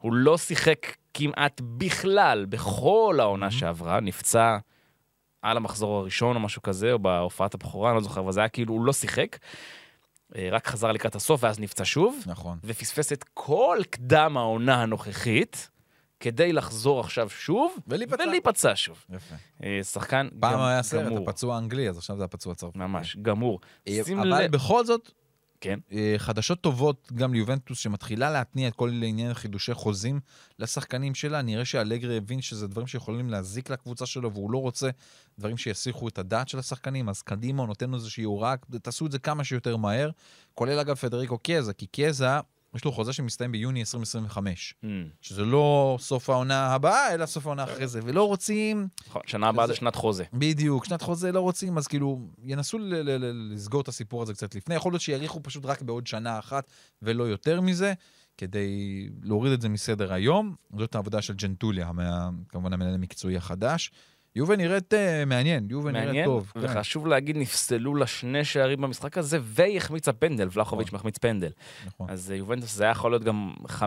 הוא לא שיחק כמעט בכלל בכל Mm-hmm. העונה שעברה, נפצע על המחזור הראשון או משהו כזה, או בהופעת הבכורה, אני לא זוכר, אבל זה היה כאילו, הוא לא שיחק, אה, רק חזר לקראת הסוף ואז נפצע שוב, נכון. ופספס את כל קדם העונה הנוכחית, כדי לחזור עכשיו שוב, ולהיפצע. ולהיפצע שוב. יפה. אה, שחקן פעם גמ- היה סרט, גמור. הפצוע האנגלי, אז עכשיו זה הפצוע הצרפתי. ממש, גמור. אה, שים אבל לב. בכל זאת, כן. אה, חדשות טובות גם ליובנטוס, שמתחילה להתניע את כל עניין חידושי חוזים לשחקנים שלה. נראה שאלגרי הבין שזה דברים שיכולים להזיק לקבוצה שלו, והוא לא רוצה דברים שיסיחו את הדעת של השחקנים, אז קדימה, הוא נותן לו איזושהי הוראה, תעשו את זה כמה שיותר מהר, כולל אגב פדריקו קייזה, כי קייזה, יש לו חוזה שמסתיים ביוני 2025. אמ, שזה לא סוף העונה הבאה, אלא סוף העונה אחרי זה, ולא רוצים... נכון, שנה הבאה זה זה- שנת חוזה. בדיוק, שנת חוזה לא רוצים, אז כאילו, ינסו ל- ל- ל- לסגור את הסיפור הזה קצת לפני. יכול להיות שיאריכו פשוט רק בעוד שנה אחת ולא יותר מזה, כדי להוריד את זה מסדר היום. זאת העבודה של ג'נטוליה, מה- כמובן המנהל המקצועי החדש. יובל נראית אה, מעניין, יובל נראית מעניין, טוב. כן. וחשוב להגיד, נפסלו לה שני שערים במשחק הזה, והחמיצה פנדל, ולחוביץ' מחמיץ פנדל. נכון. אז אה, יובנטוס זה היה יכול להיות גם 5-0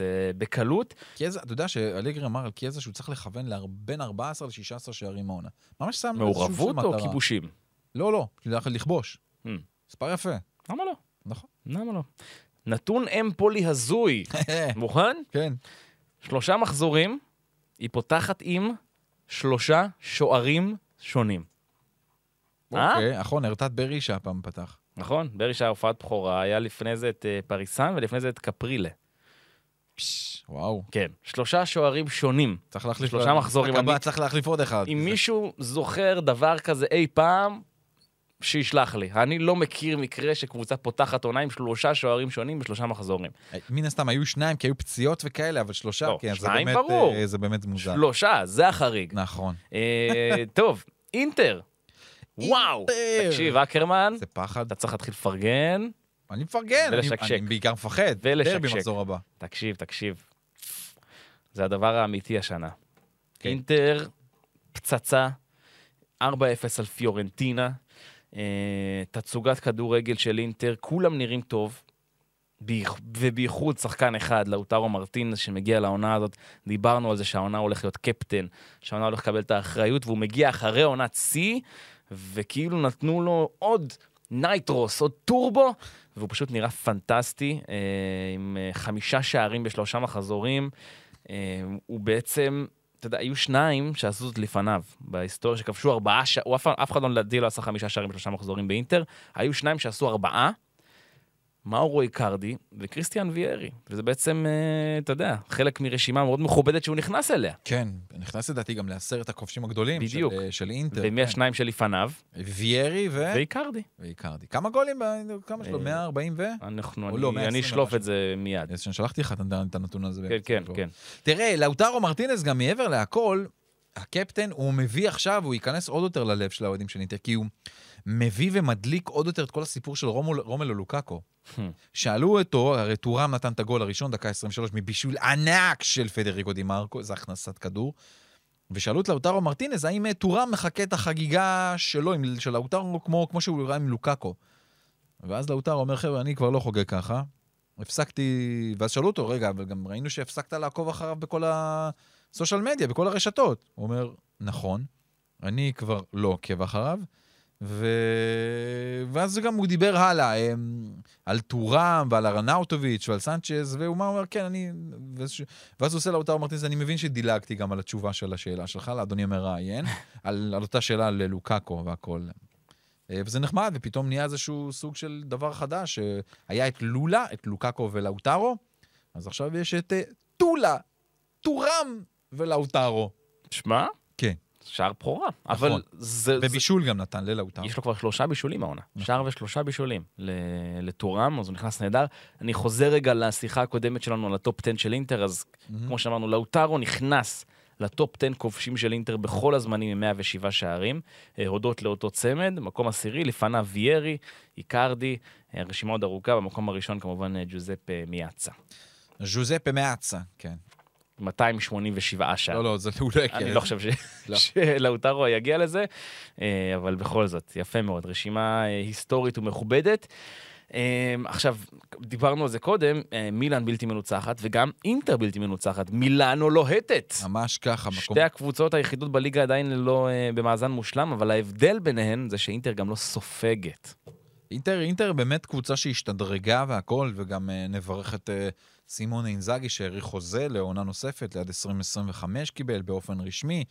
אה, בקלות. קיאזה, אתה יודע שאלגרי אמר על קיאזה שהוא צריך לכוון ל- בין 14 ל-16 שערים העונה. ממש שם לו איזשהו מעורבות או מטרה. כיבושים? לא, לא, כאילו ללכת לכבוש. Hmm. מספר יפה, למה לא? נכון. למה לא? נתון אמפולי הזוי. מוכן? כן. שלושה מחזורים, היא פותחת עם שלושה שוערים שונים. אה? אוקיי, נכון, הרטת ברי שהפעם פתח. נכון, ברי שהיה הופעת בכורה, היה לפני זה את אה, פריסן ולפני זה את קפרילה. וואו. כן, שלושה שוערים שונים. צריך להחליף... שלושה מחזורים, הבא אני- צריך להחליף עוד אחד. אם זה- מישהו זוכר דבר כזה אי פעם, שישלח לי. אני לא מכיר מקרה שקבוצה פותחת עונה עם שלושה שוערים שונים בשלושה מחזורים. אה, מן הסתם היו שניים, כי היו פציעות וכאלה, אבל שלושה, לא, כן, זה שניים באמת... ברור. אה, זה באמת מוזר. שלושה, זה החריג. נכון. אה, טוב, אינטר. וואו. אינטר. תקשיב, אקרמן, זה פחד. אתה צריך להתחיל לפרגן. אני מפרגן, אני- ולשקשק. אני בעיקר מפחד. ולשקשק. דרבי מחזור הבא. תקשיב, תקשיב. זה הדבר האמיתי השנה. כן. אינטר, פצצה, 4-0 על פיורנטינה, אה, תצוגת כדורגל של אינטר, כולם נראים טוב, בייח- ובייחוד שחקן אחד, לאוטרו מרטינס, שמגיע לעונה הזאת. דיברנו על זה שהעונה הולך להיות קפטן, שהעונה הולך לקבל את האחריות, והוא מגיע אחרי עונת שיא, וכאילו נתנו לו עוד נייטרוס, עוד טורבו, והוא פשוט נראה פנטסטי, אה, עם אה, חמישה שערים בשלושה מחזורים. אה, הוא בעצם, אתה יודע, היו שניים שעשו זאת לפניו בהיסטוריה, שכבשו ארבעה שערים, אף, אף אחד לא לדעתי לא עשה חמישה שערים בשלושה מחזורים באינטר, היו שניים שעשו ארבעה. מאורו איקרדי וכריסטיאן ויארי, וזה בעצם, אה, אתה יודע, חלק מרשימה מאוד מכובדת שהוא נכנס אליה. כן, נכנס לדעתי גם לעשרת הכובשים הגדולים. בדיוק. של- אה, של אינטר. ומי השניים שלפניו? כן. ויירי ו... ואיקרדי. ואיקרדי. כמה גולים? ב- כמה שלו? אה, 140 ו... אנחנו, או אני- לא, אני 120 אשלוף ומשהו. את זה מיד. אז שלחתי לך את הנתון הזה. כן, כן, באמצע. כן. תראה, לאוטרו מרטינס גם מעבר להכל, הקפטן, הוא מביא עכשיו, הוא ייכנס עוד יותר ללב של האוהדים של אינטר, כי הוא מביא ומדליק עוד יותר את כל הסיפור של רומול, רומלו לוקאקו. Hmm. שאלו אותו, הרי טורם נתן את הגול הראשון, דקה 23, מבישול ענק של פדריקו די מרקו, זה הכנסת כדור. ושאלו את לאוטרו מרטינז, האם אה, טורם מחכה את החגיגה שלו, עם- של לאוטרו, כמו, כמו שהוא ראה עם לוקאקו. ואז לאוטרו אומר, חבר'ה, אני כבר לא חוגג ככה. הפסקתי, ואז שאלו אותו, רגע, אבל גם ראינו שהפסקת לעקוב אחריו בכל הסושיאל מדיה, בכל הרשתות. הוא אומר, נכון, אני כבר לא עוקב אחריו, ו... ואז גם הוא דיבר הלאה אה, על טורם ועל ארנאוטוביץ' ועל סנצ'ז, והוא מה, הוא אומר, כן, אני... ואז- ואז הוא עושה לאוטרו מרטינס, אני מבין שדילגתי גם על התשובה של השאלה שלך, לאדוני המראיין, על, על אותה שאלה על לוקאקו והכל. אה, וזה נחמד, ופתאום נהיה איזשהו סוג של דבר חדש. אה, היה את לולה, את לוקאקו ולאוטרו, אז עכשיו יש את אה, טולה, טורם ולאוטרו. שמע? כן. שער בכורה. נכון. אבל זה... זה- ובישול גם נתן ללאוטרו. יש לו כבר שלושה בישולים העונה. נכון. שער ושלושה בישולים ל- לטורם, אז הוא נכנס נהדר. אני חוזר רגע לשיחה הקודמת שלנו על הטופ 10 של אינטר, אז מהמם. כמו שאמרנו, לאוטרו נכנס לטופ 10 כובשים של אינטר בכל הזמנים עם 107 שערים, אה, הודות לאותו צמד, מקום עשירי, לפניו ויירי, איקרדי, אה, הרשימה עוד ארוכה, במקום הראשון כמובן אה, ג'וזפ אה, מיאצה. ז'וזפה מאצה, כן. 287 שערים. לא, לא, זה הוא לא יכיר. כן. אני לא חושב ש- לא. שלאוטרו יגיע לזה, אה, אבל בכל זאת, יפה מאוד, רשימה אה, היסטורית ומכובדת. אה, עכשיו, דיברנו על זה קודם, אה, מילאן בלתי מנוצחת וגם אינטר בלתי מנוצחת, מילאנו לוהטת. ממש ככה, מקום... שתי הקבוצות היחידות בליגה עדיין לא אה, במאזן מושלם, אבל ההבדל ביניהן זה שאינטר גם לא סופגת. אינטר, אינטר באמת קבוצה שהשתדרגה והכל, וגם אה, נברך את אה, סימון אינזאגי שהאריך חוזה לעונה נוספת, ליד 2025 קיבל באופן רשמי.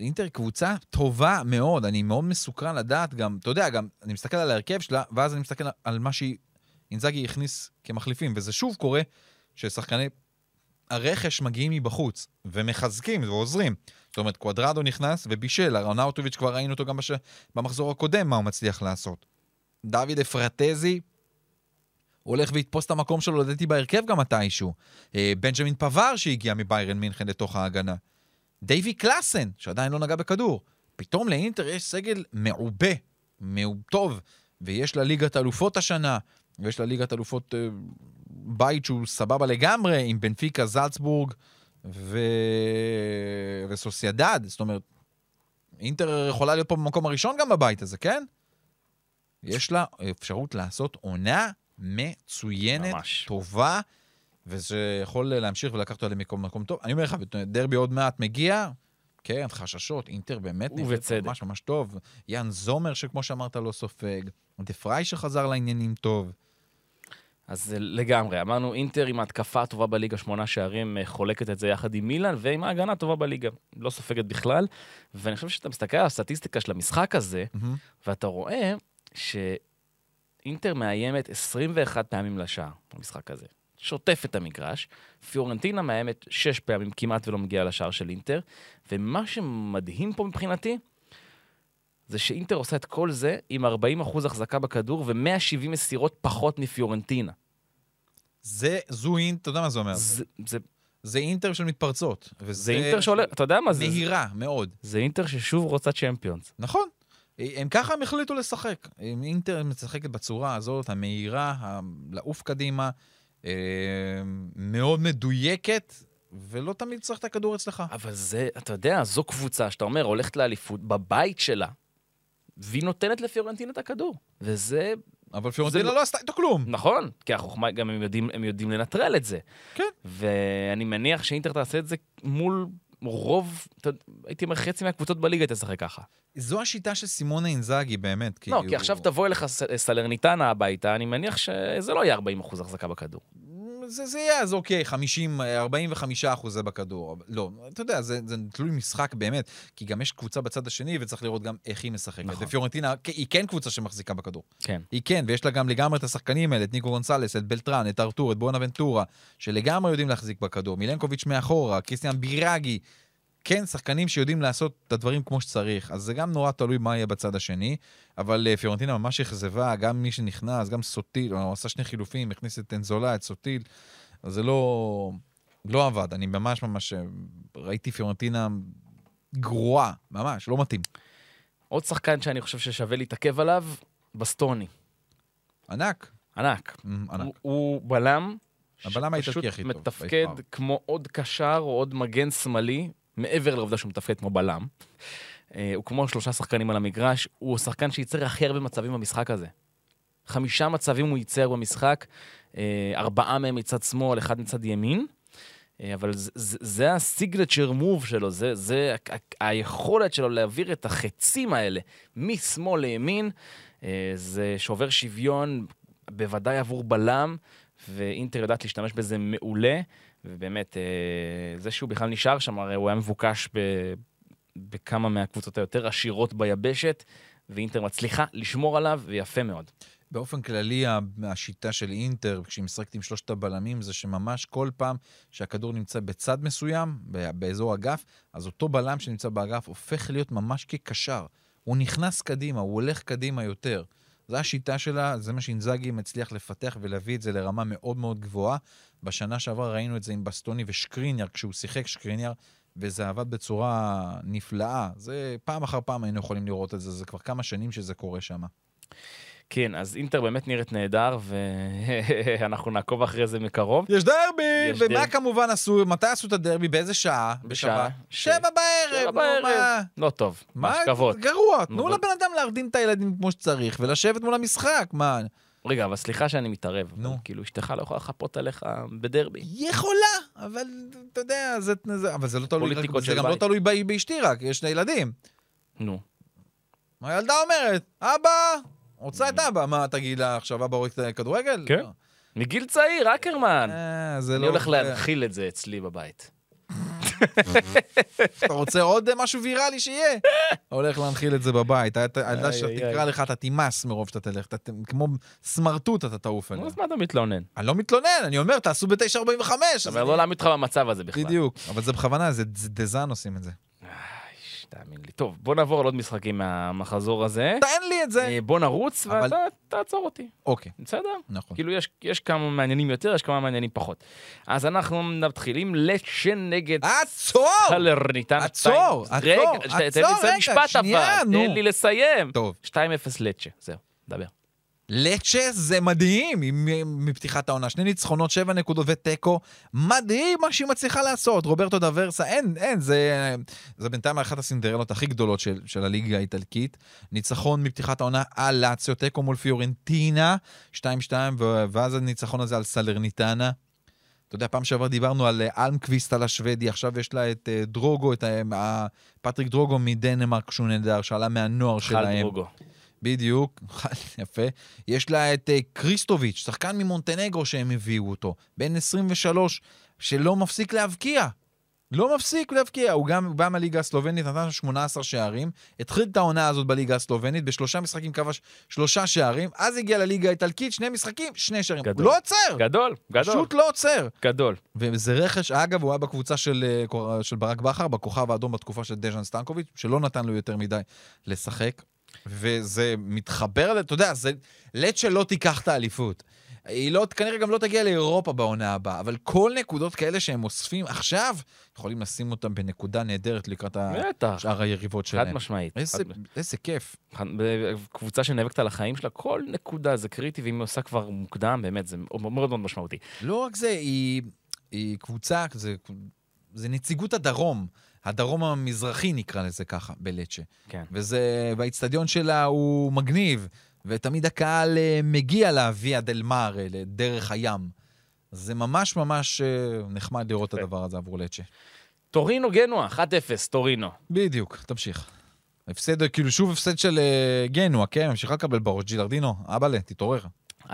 אינטר קבוצה טובה מאוד, אני מאוד מסוקרן לדעת גם, אתה יודע, גם אני מסתכל על ההרכב שלה, ואז אני מסתכל על מה שאינזאגי הכניס כמחליפים, וזה שוב קורה ששחקני הרכש מגיעים מבחוץ, ומחזקים ועוזרים. זאת אומרת, קוודרדו נכנס ובישל, ארנאוטוביץ' כבר ראינו אותו גם בש... במחזור הקודם, מה הוא מצליח לעשות. דוד אפרטזי הולך ויתפוס את המקום שלו, לדעתי, בהרכב גם מתישהו. אה, בנג'מין פבר שהגיע מביירן מינכן לתוך ההגנה. דייווי קלאסן, שעדיין לא נגע בכדור. פתאום לאינטר יש סגל מעובה, מעוב טוב, ויש לה ליגת אלופות השנה, ויש לה ליגת אלופות אה, בית שהוא סבבה לגמרי, עם בנפיקה, זלצבורג ו... וסוסיידד. זאת אומרת, אינטר יכולה להיות פה במקום הראשון גם בבית הזה, כן? יש לה אפשרות לעשות עונה מצוינת, ממש. טובה, וזה יכול להמשיך ולקחת אותה למקום מקום טוב. אני אומר לך, דרבי עוד מעט מגיע, כן, חששות, אינטר באמת נראית ובצדק. ממש ממש טוב. יאן זומר, שכמו שאמרת, לא סופג. דה פריי שחזר לעניינים טוב. אז זה לגמרי, אמרנו אינטר עם ההתקפה הטובה בליגה, שמונה שערים, אה, חולקת את זה יחד עם מילאן, ועם ההגנה הטובה בליגה, לא סופגת בכלל. ואני חושב שאתה מסתכל על הסטטיסטיקה של המשחק הזה, ואתה רואה שאינטר מאיימת 21 פעמים לשער במשחק הזה. שוטף את המגרש, פיורנטינה מאיימת 6 פעמים כמעט ולא מגיעה לשער של אינטר, ומה שמדהים פה מבחינתי, זה שאינטר עושה את כל זה עם 40% החזקה בכדור ו-170 מסירות פחות מפיורנטינה. זה, זו אינטר, אתה יודע מה זה אומר? זה, זה, זה אינטר של מתפרצות. זה אינטר שעולה, אתה יודע מה זה? מהירה מאוד. זה אינטר ששוב רוצה צ'מפיונס. נכון. הם ככה הם החליטו לשחק. אם אינטר משחקת בצורה הזאת, המהירה, ה- לעוף קדימה, אה, מאוד מדויקת, ולא תמיד צריך את הכדור אצלך. אבל זה, אתה יודע, זו קבוצה שאתה אומר, הולכת לאליפות בבית שלה, והיא נותנת לפיורנטינה את הכדור. וזה, אבל פיורנטינה לא- לא עשתה איתו כלום. נכון, כי החוכמה, גם הם יודעים, הם יודעים לנטרל את זה. כן. ואני מניח שאינטר תעשה את זה מול רוב, אתה- הייתי אומר, חצי מהקבוצות בליגה תשחק ככה. זו השיטה של סימונה אינזאגי, באמת. כאילו. לא, כי עכשיו תבוא אליך ס- סלרניטנה הביתה, אני מניח שזה לא יהיה 40% החזקה בכדור. זה, זה יהיה אז אוקיי, 50, אה, 45 אחוזי בכדור. אבל לא, אתה יודע, זה, זה תלוי משחק באמת, כי גם יש קבוצה בצד השני, וצריך לראות גם איך היא משחקת. נכון. נכון. ופיורנטינה, כן, היא כן קבוצה שמחזיקה בכדור. כן. היא כן, ויש לה גם לגמרי את השחקנים האלה, את ניקו גונסלס, את בלטרן, את ארתור, את בואנה ונטורה, שלגמרי יודעים להחזיק בכדור. מילנקוביץ' מאחורה, קריסטיאן בירגי, כן, שחקנים שיודעים לעשות את הדברים כמו שצריך. אז זה גם נורא תלוי מה יהיה בצד השני, אבל אה, פיורנטינה ממש אכזבה, גם מי שנכנס, גם סוטיל, הוא עשה שני חילופים, הכניס את אנזולה, את סוטיל, אז זה לא... לא עבד, אני ממש ממש אה, ראיתי פיורנטינה גרועה, ממש, לא מתאים. עוד שחקן שאני חושב ששווה להתעכב עליו, בסטוני. ענק, ענק. אמ, ענק. הוא, הוא בלם. הבלם שפשוט האיטלקי הכי טוב, מתפקד by far. כמו עוד קשר או עוד מגן שמאלי, מעבר לעובדה שהוא מתפקד כמו בלם. אה, הוא כמו שלושה שחקנים על המגרש, הוא השחקן שייצר הכי הרבה מצבים במשחק הזה. חמישה מצבים הוא ייצר במשחק, אה, ארבעה מהם מצד שמאל, אחד מצד ימין. אה, אבל זה- זה- זה הסיגנצ'ר מוב שלו, זה, זה ה- ה- היכולת שלו להעביר את החצים האלה משמאל לימין. אה, זה שובר שוויון, בוודאי עבור בלם, ואינטר יודעת להשתמש בזה מעולה, ובאמת, אה, זה שהוא בכלל נשאר שם, הרי הוא היה מבוקש ב... בכמה מהקבוצות היותר עשירות ביבשת, ואינטר מצליחה לשמור עליו, ויפה מאוד. באופן כללי, ה- השיטה של אינטר, כשהיא משחקת עם שלושת הבלמים, זה שממש כל פעם שהכדור נמצא בצד מסוים, ב- באזור אגף, אז אותו בלם שנמצא באגף הופך להיות ממש כקשר. הוא נכנס קדימה, הוא הולך קדימה יותר. זו השיטה שלה, זה מה שאינזאגי מצליח לפתח ולהביא את זה לרמה מאוד מאוד גבוהה. בשנה שעברה ראינו את זה עם בסטוני ושקריניאר, כשהוא שיחק שקריניאר, וזה עבד בצורה נפלאה. זה פעם אחר פעם היינו יכולים לראות את זה, זה כבר כמה שנים שזה קורה שם. כן, אז אינטר באמת נראית נהדר, ואנחנו נעקוב אחרי זה מקרוב. יש דרבי! יש ומה דרבי. כמובן עשו, מתי עשו את הדרבי? באיזה שעה? בשעה בשבת? ש- שבע בערב! שבע אה, נו, בערב. מה- לא טוב, מה? מהשכבות. גרוע, תנו אבל- לבן אדם להרדים את הילדים כמו שצריך ולשבת מול המשחק, מה? רגע, אבל סליחה שאני מתערב. נו. נו. כאילו, אשתך לא יכולה לחפות עליך בדרבי. היא יכולה, אבל אתה יודע, זה, זה, אבל זה לא תלוי, רק- פוליטיקות זה של גם לא בית. תלוי ב- באשתי רק, יש שני ילדים. נו. מה הילדה אומרת? אבא! רוצה את אבא. מה, תגיד לה עכשיו, אבא רואה כדורגל? Mm. כן. לא. מגיל צעיר, אקרמן. אה, זה לא... אני הולך זה- להנחיל את זה אצלי בבית. אתה רוצה עוד משהו ויראלי שיהיה? הולך להנחיל את זה בבית. הילדה איי, שלך איי, תקרא איי. לך, אתה תימס מרוב שאתה תלך. אתה ת- כמו סמרטוט אתה תעוף נו, עליה. אז מה אתה מתלונן? אני לא מתלונן, אני אומר, תעשו ב-9.45. אתה אומר לא להעמיד אותך במצב הזה בכלל. בדיוק, אבל זה בכוונה, זה זה דזן עושים את זה. איי, תאמין לי. טוב, בוא נעבור על עוד משחקים מהמחזור הזה. אתה אין לי את זה. אה, בוא נרוץ אבל- ואתה תעצור אותי, אוקיי, בסדר? נכון. כאילו יש, יש כמה מעניינים יותר, יש כמה מעניינים פחות. אז אנחנו מתחילים לצ'ן נגד עצור! סלרניטן. עצור, שתיים- עצור, רגע, ת- תן לי עצור, לסיים רגע, משפט שנייה, אבל, נו. תן לי לסיים. טוב, 2-0 לצ'ה, זהו, דבר. לצ'ה זה מדהים עם- עם- מפתיחת העונה. שני ניצחונות, שבע נקודות ותיקו. מדהים מה שהיא מצליחה לעשות. רוברטו דה ורסה, אין, אין, זה, זה בינתיים אחת הסינדרלות הכי גדולות של, של הליגה האיטלקית. ניצחון מפתיחת העונה על לאציו, תיקו מול פיורנטינה, 2-2, ו- ואז הניצחון הזה על סלרניטנה. אתה יודע, פעם שעבר דיברנו על אה, אלמקוויסט על השוודי, עכשיו יש לה את אה, דרוגו, את ה- ה- פטריק דרוגו מדנמרק שהוא נהדר, שעלה מהנוער חל שלהם. דרוגו. בדיוק, יפה. יש לה את אה, קריסטוביץ', שחקן ממונטנגרו שהם הביאו אותו, בן 23, שלא מפסיק להבקיע. לא מפסיק להבקיע, הוא גם בא מהליגה הסלובנית, נתן 18 שערים, התחיל את העונה הזאת בליגה הסלובנית, בשלושה משחקים כבש שלושה שערים, אז הגיע לליגה האיטלקית, שני משחקים, שני שערים. גדול. הוא לא עוצר! גדול, גדול, פשוט לא עוצר. גדול. וזה רכש, אגב, הוא היה בקבוצה של, אה, קור- של ברק בכר, בכוכב האדום בתקופה של דז'אן סטנקוביץ', שלא נתן לו יותר מדי לשחק. וזה מתחבר, ל- אתה יודע, זה לט שלא תיקח את האליפות. היא לא, כנראה גם לא תגיע לאירופה בעונה הבאה, אבל כל נקודות כאלה שהם אוספים עכשיו, יכולים לשים אותם בנקודה נהדרת לקראת ה- בטח, שאר היריבות חד שלהם. משמעית. איזה, חד מש- איזה כיף. חד- קבוצה שנאבקת על החיים שלה, כל נקודה זה קריטי, ואם היא עושה כבר מוקדם, באמת, זה מאוד מאוד משמעותי. לא רק זה, היא, היא קבוצה, זה, זה נציגות הדרום. הדרום המזרחי נקרא לזה ככה, בלצ'ה. כן. וזה, והאיצטדיון שלה הוא מגניב, ותמיד הקהל אה, מגיע לוויה דל מר, אה, לדרך הים. זה ממש ממש אה, נחמד לראות את יפה. הדבר הזה עבור לצ'ה. טורינו גנוע, 1-0, טורינו. בדיוק, תמשיך. הפסד, כאילו שוב הפסד של אה, גנוע, כן? ממשיכה לקבל בראש, ג'ילרדינו, אבאלה, תתעורר.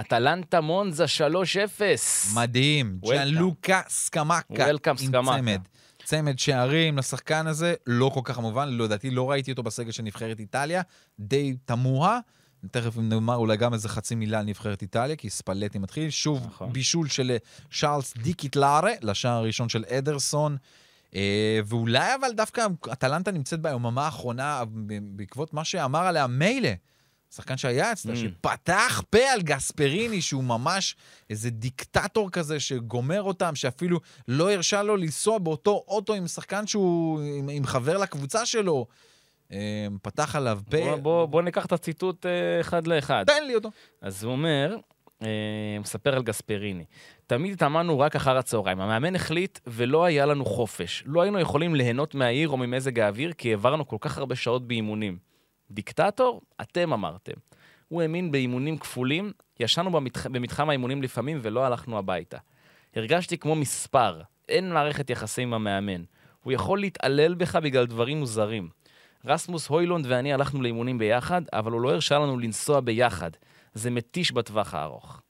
אטלנטה מונזה 3-0. מדהים, Welcome. ג'אן לוקה סקמקה. Welcome, סקמקה. צמד. צמד שערים לשחקן הזה, לא כל כך מובן, לדעתי לא ראיתי אותו בסגל של נבחרת איטליה, די תמוה. תכף נאמר אולי גם איזה חצי מילה על נבחרת איטליה, כי ספלטי מתחיל. שוב, נכון. בישול של אה, צ'ארלס דיקיטלארה, לשער הראשון של אדרסון. אה, ואולי אבל דווקא אטלנטה נמצאת ביממה האחרונה ב- בעקבות מה שאמר עליה מילא. שחקן שהיה אצלה, Mm. שפתח פה על גספריני, שהוא ממש איזה דיקטטור כזה שגומר אותם, שאפילו לא הרשה לו לנסוע באותו אוטו עם שחקן שהוא, עם, עם חבר לקבוצה שלו. אה, פתח עליו פה. בוא, בוא, בוא ניקח את הציטוט אה, אחד לאחד. תן לי אותו. אז הוא אומר, אה, הוא מספר על גספריני, תמיד התאמנו רק אחר הצהריים. המאמן החליט ולא היה לנו חופש. לא היינו יכולים ליהנות מהעיר או ממזג האוויר, כי העברנו כל כך הרבה שעות באימונים. דיקטטור? אתם אמרתם. הוא האמין באימונים כפולים, ישנו במתח... במתחם האימונים לפעמים ולא הלכנו הביתה. הרגשתי כמו מספר, אין מערכת יחסים עם המאמן. הוא יכול להתעלל בך בגלל דברים מוזרים. רסמוס הוילונד ואני הלכנו לאימונים ביחד, אבל הוא לא הרשה לנו לנסוע ביחד. זה מתיש בטווח הארוך.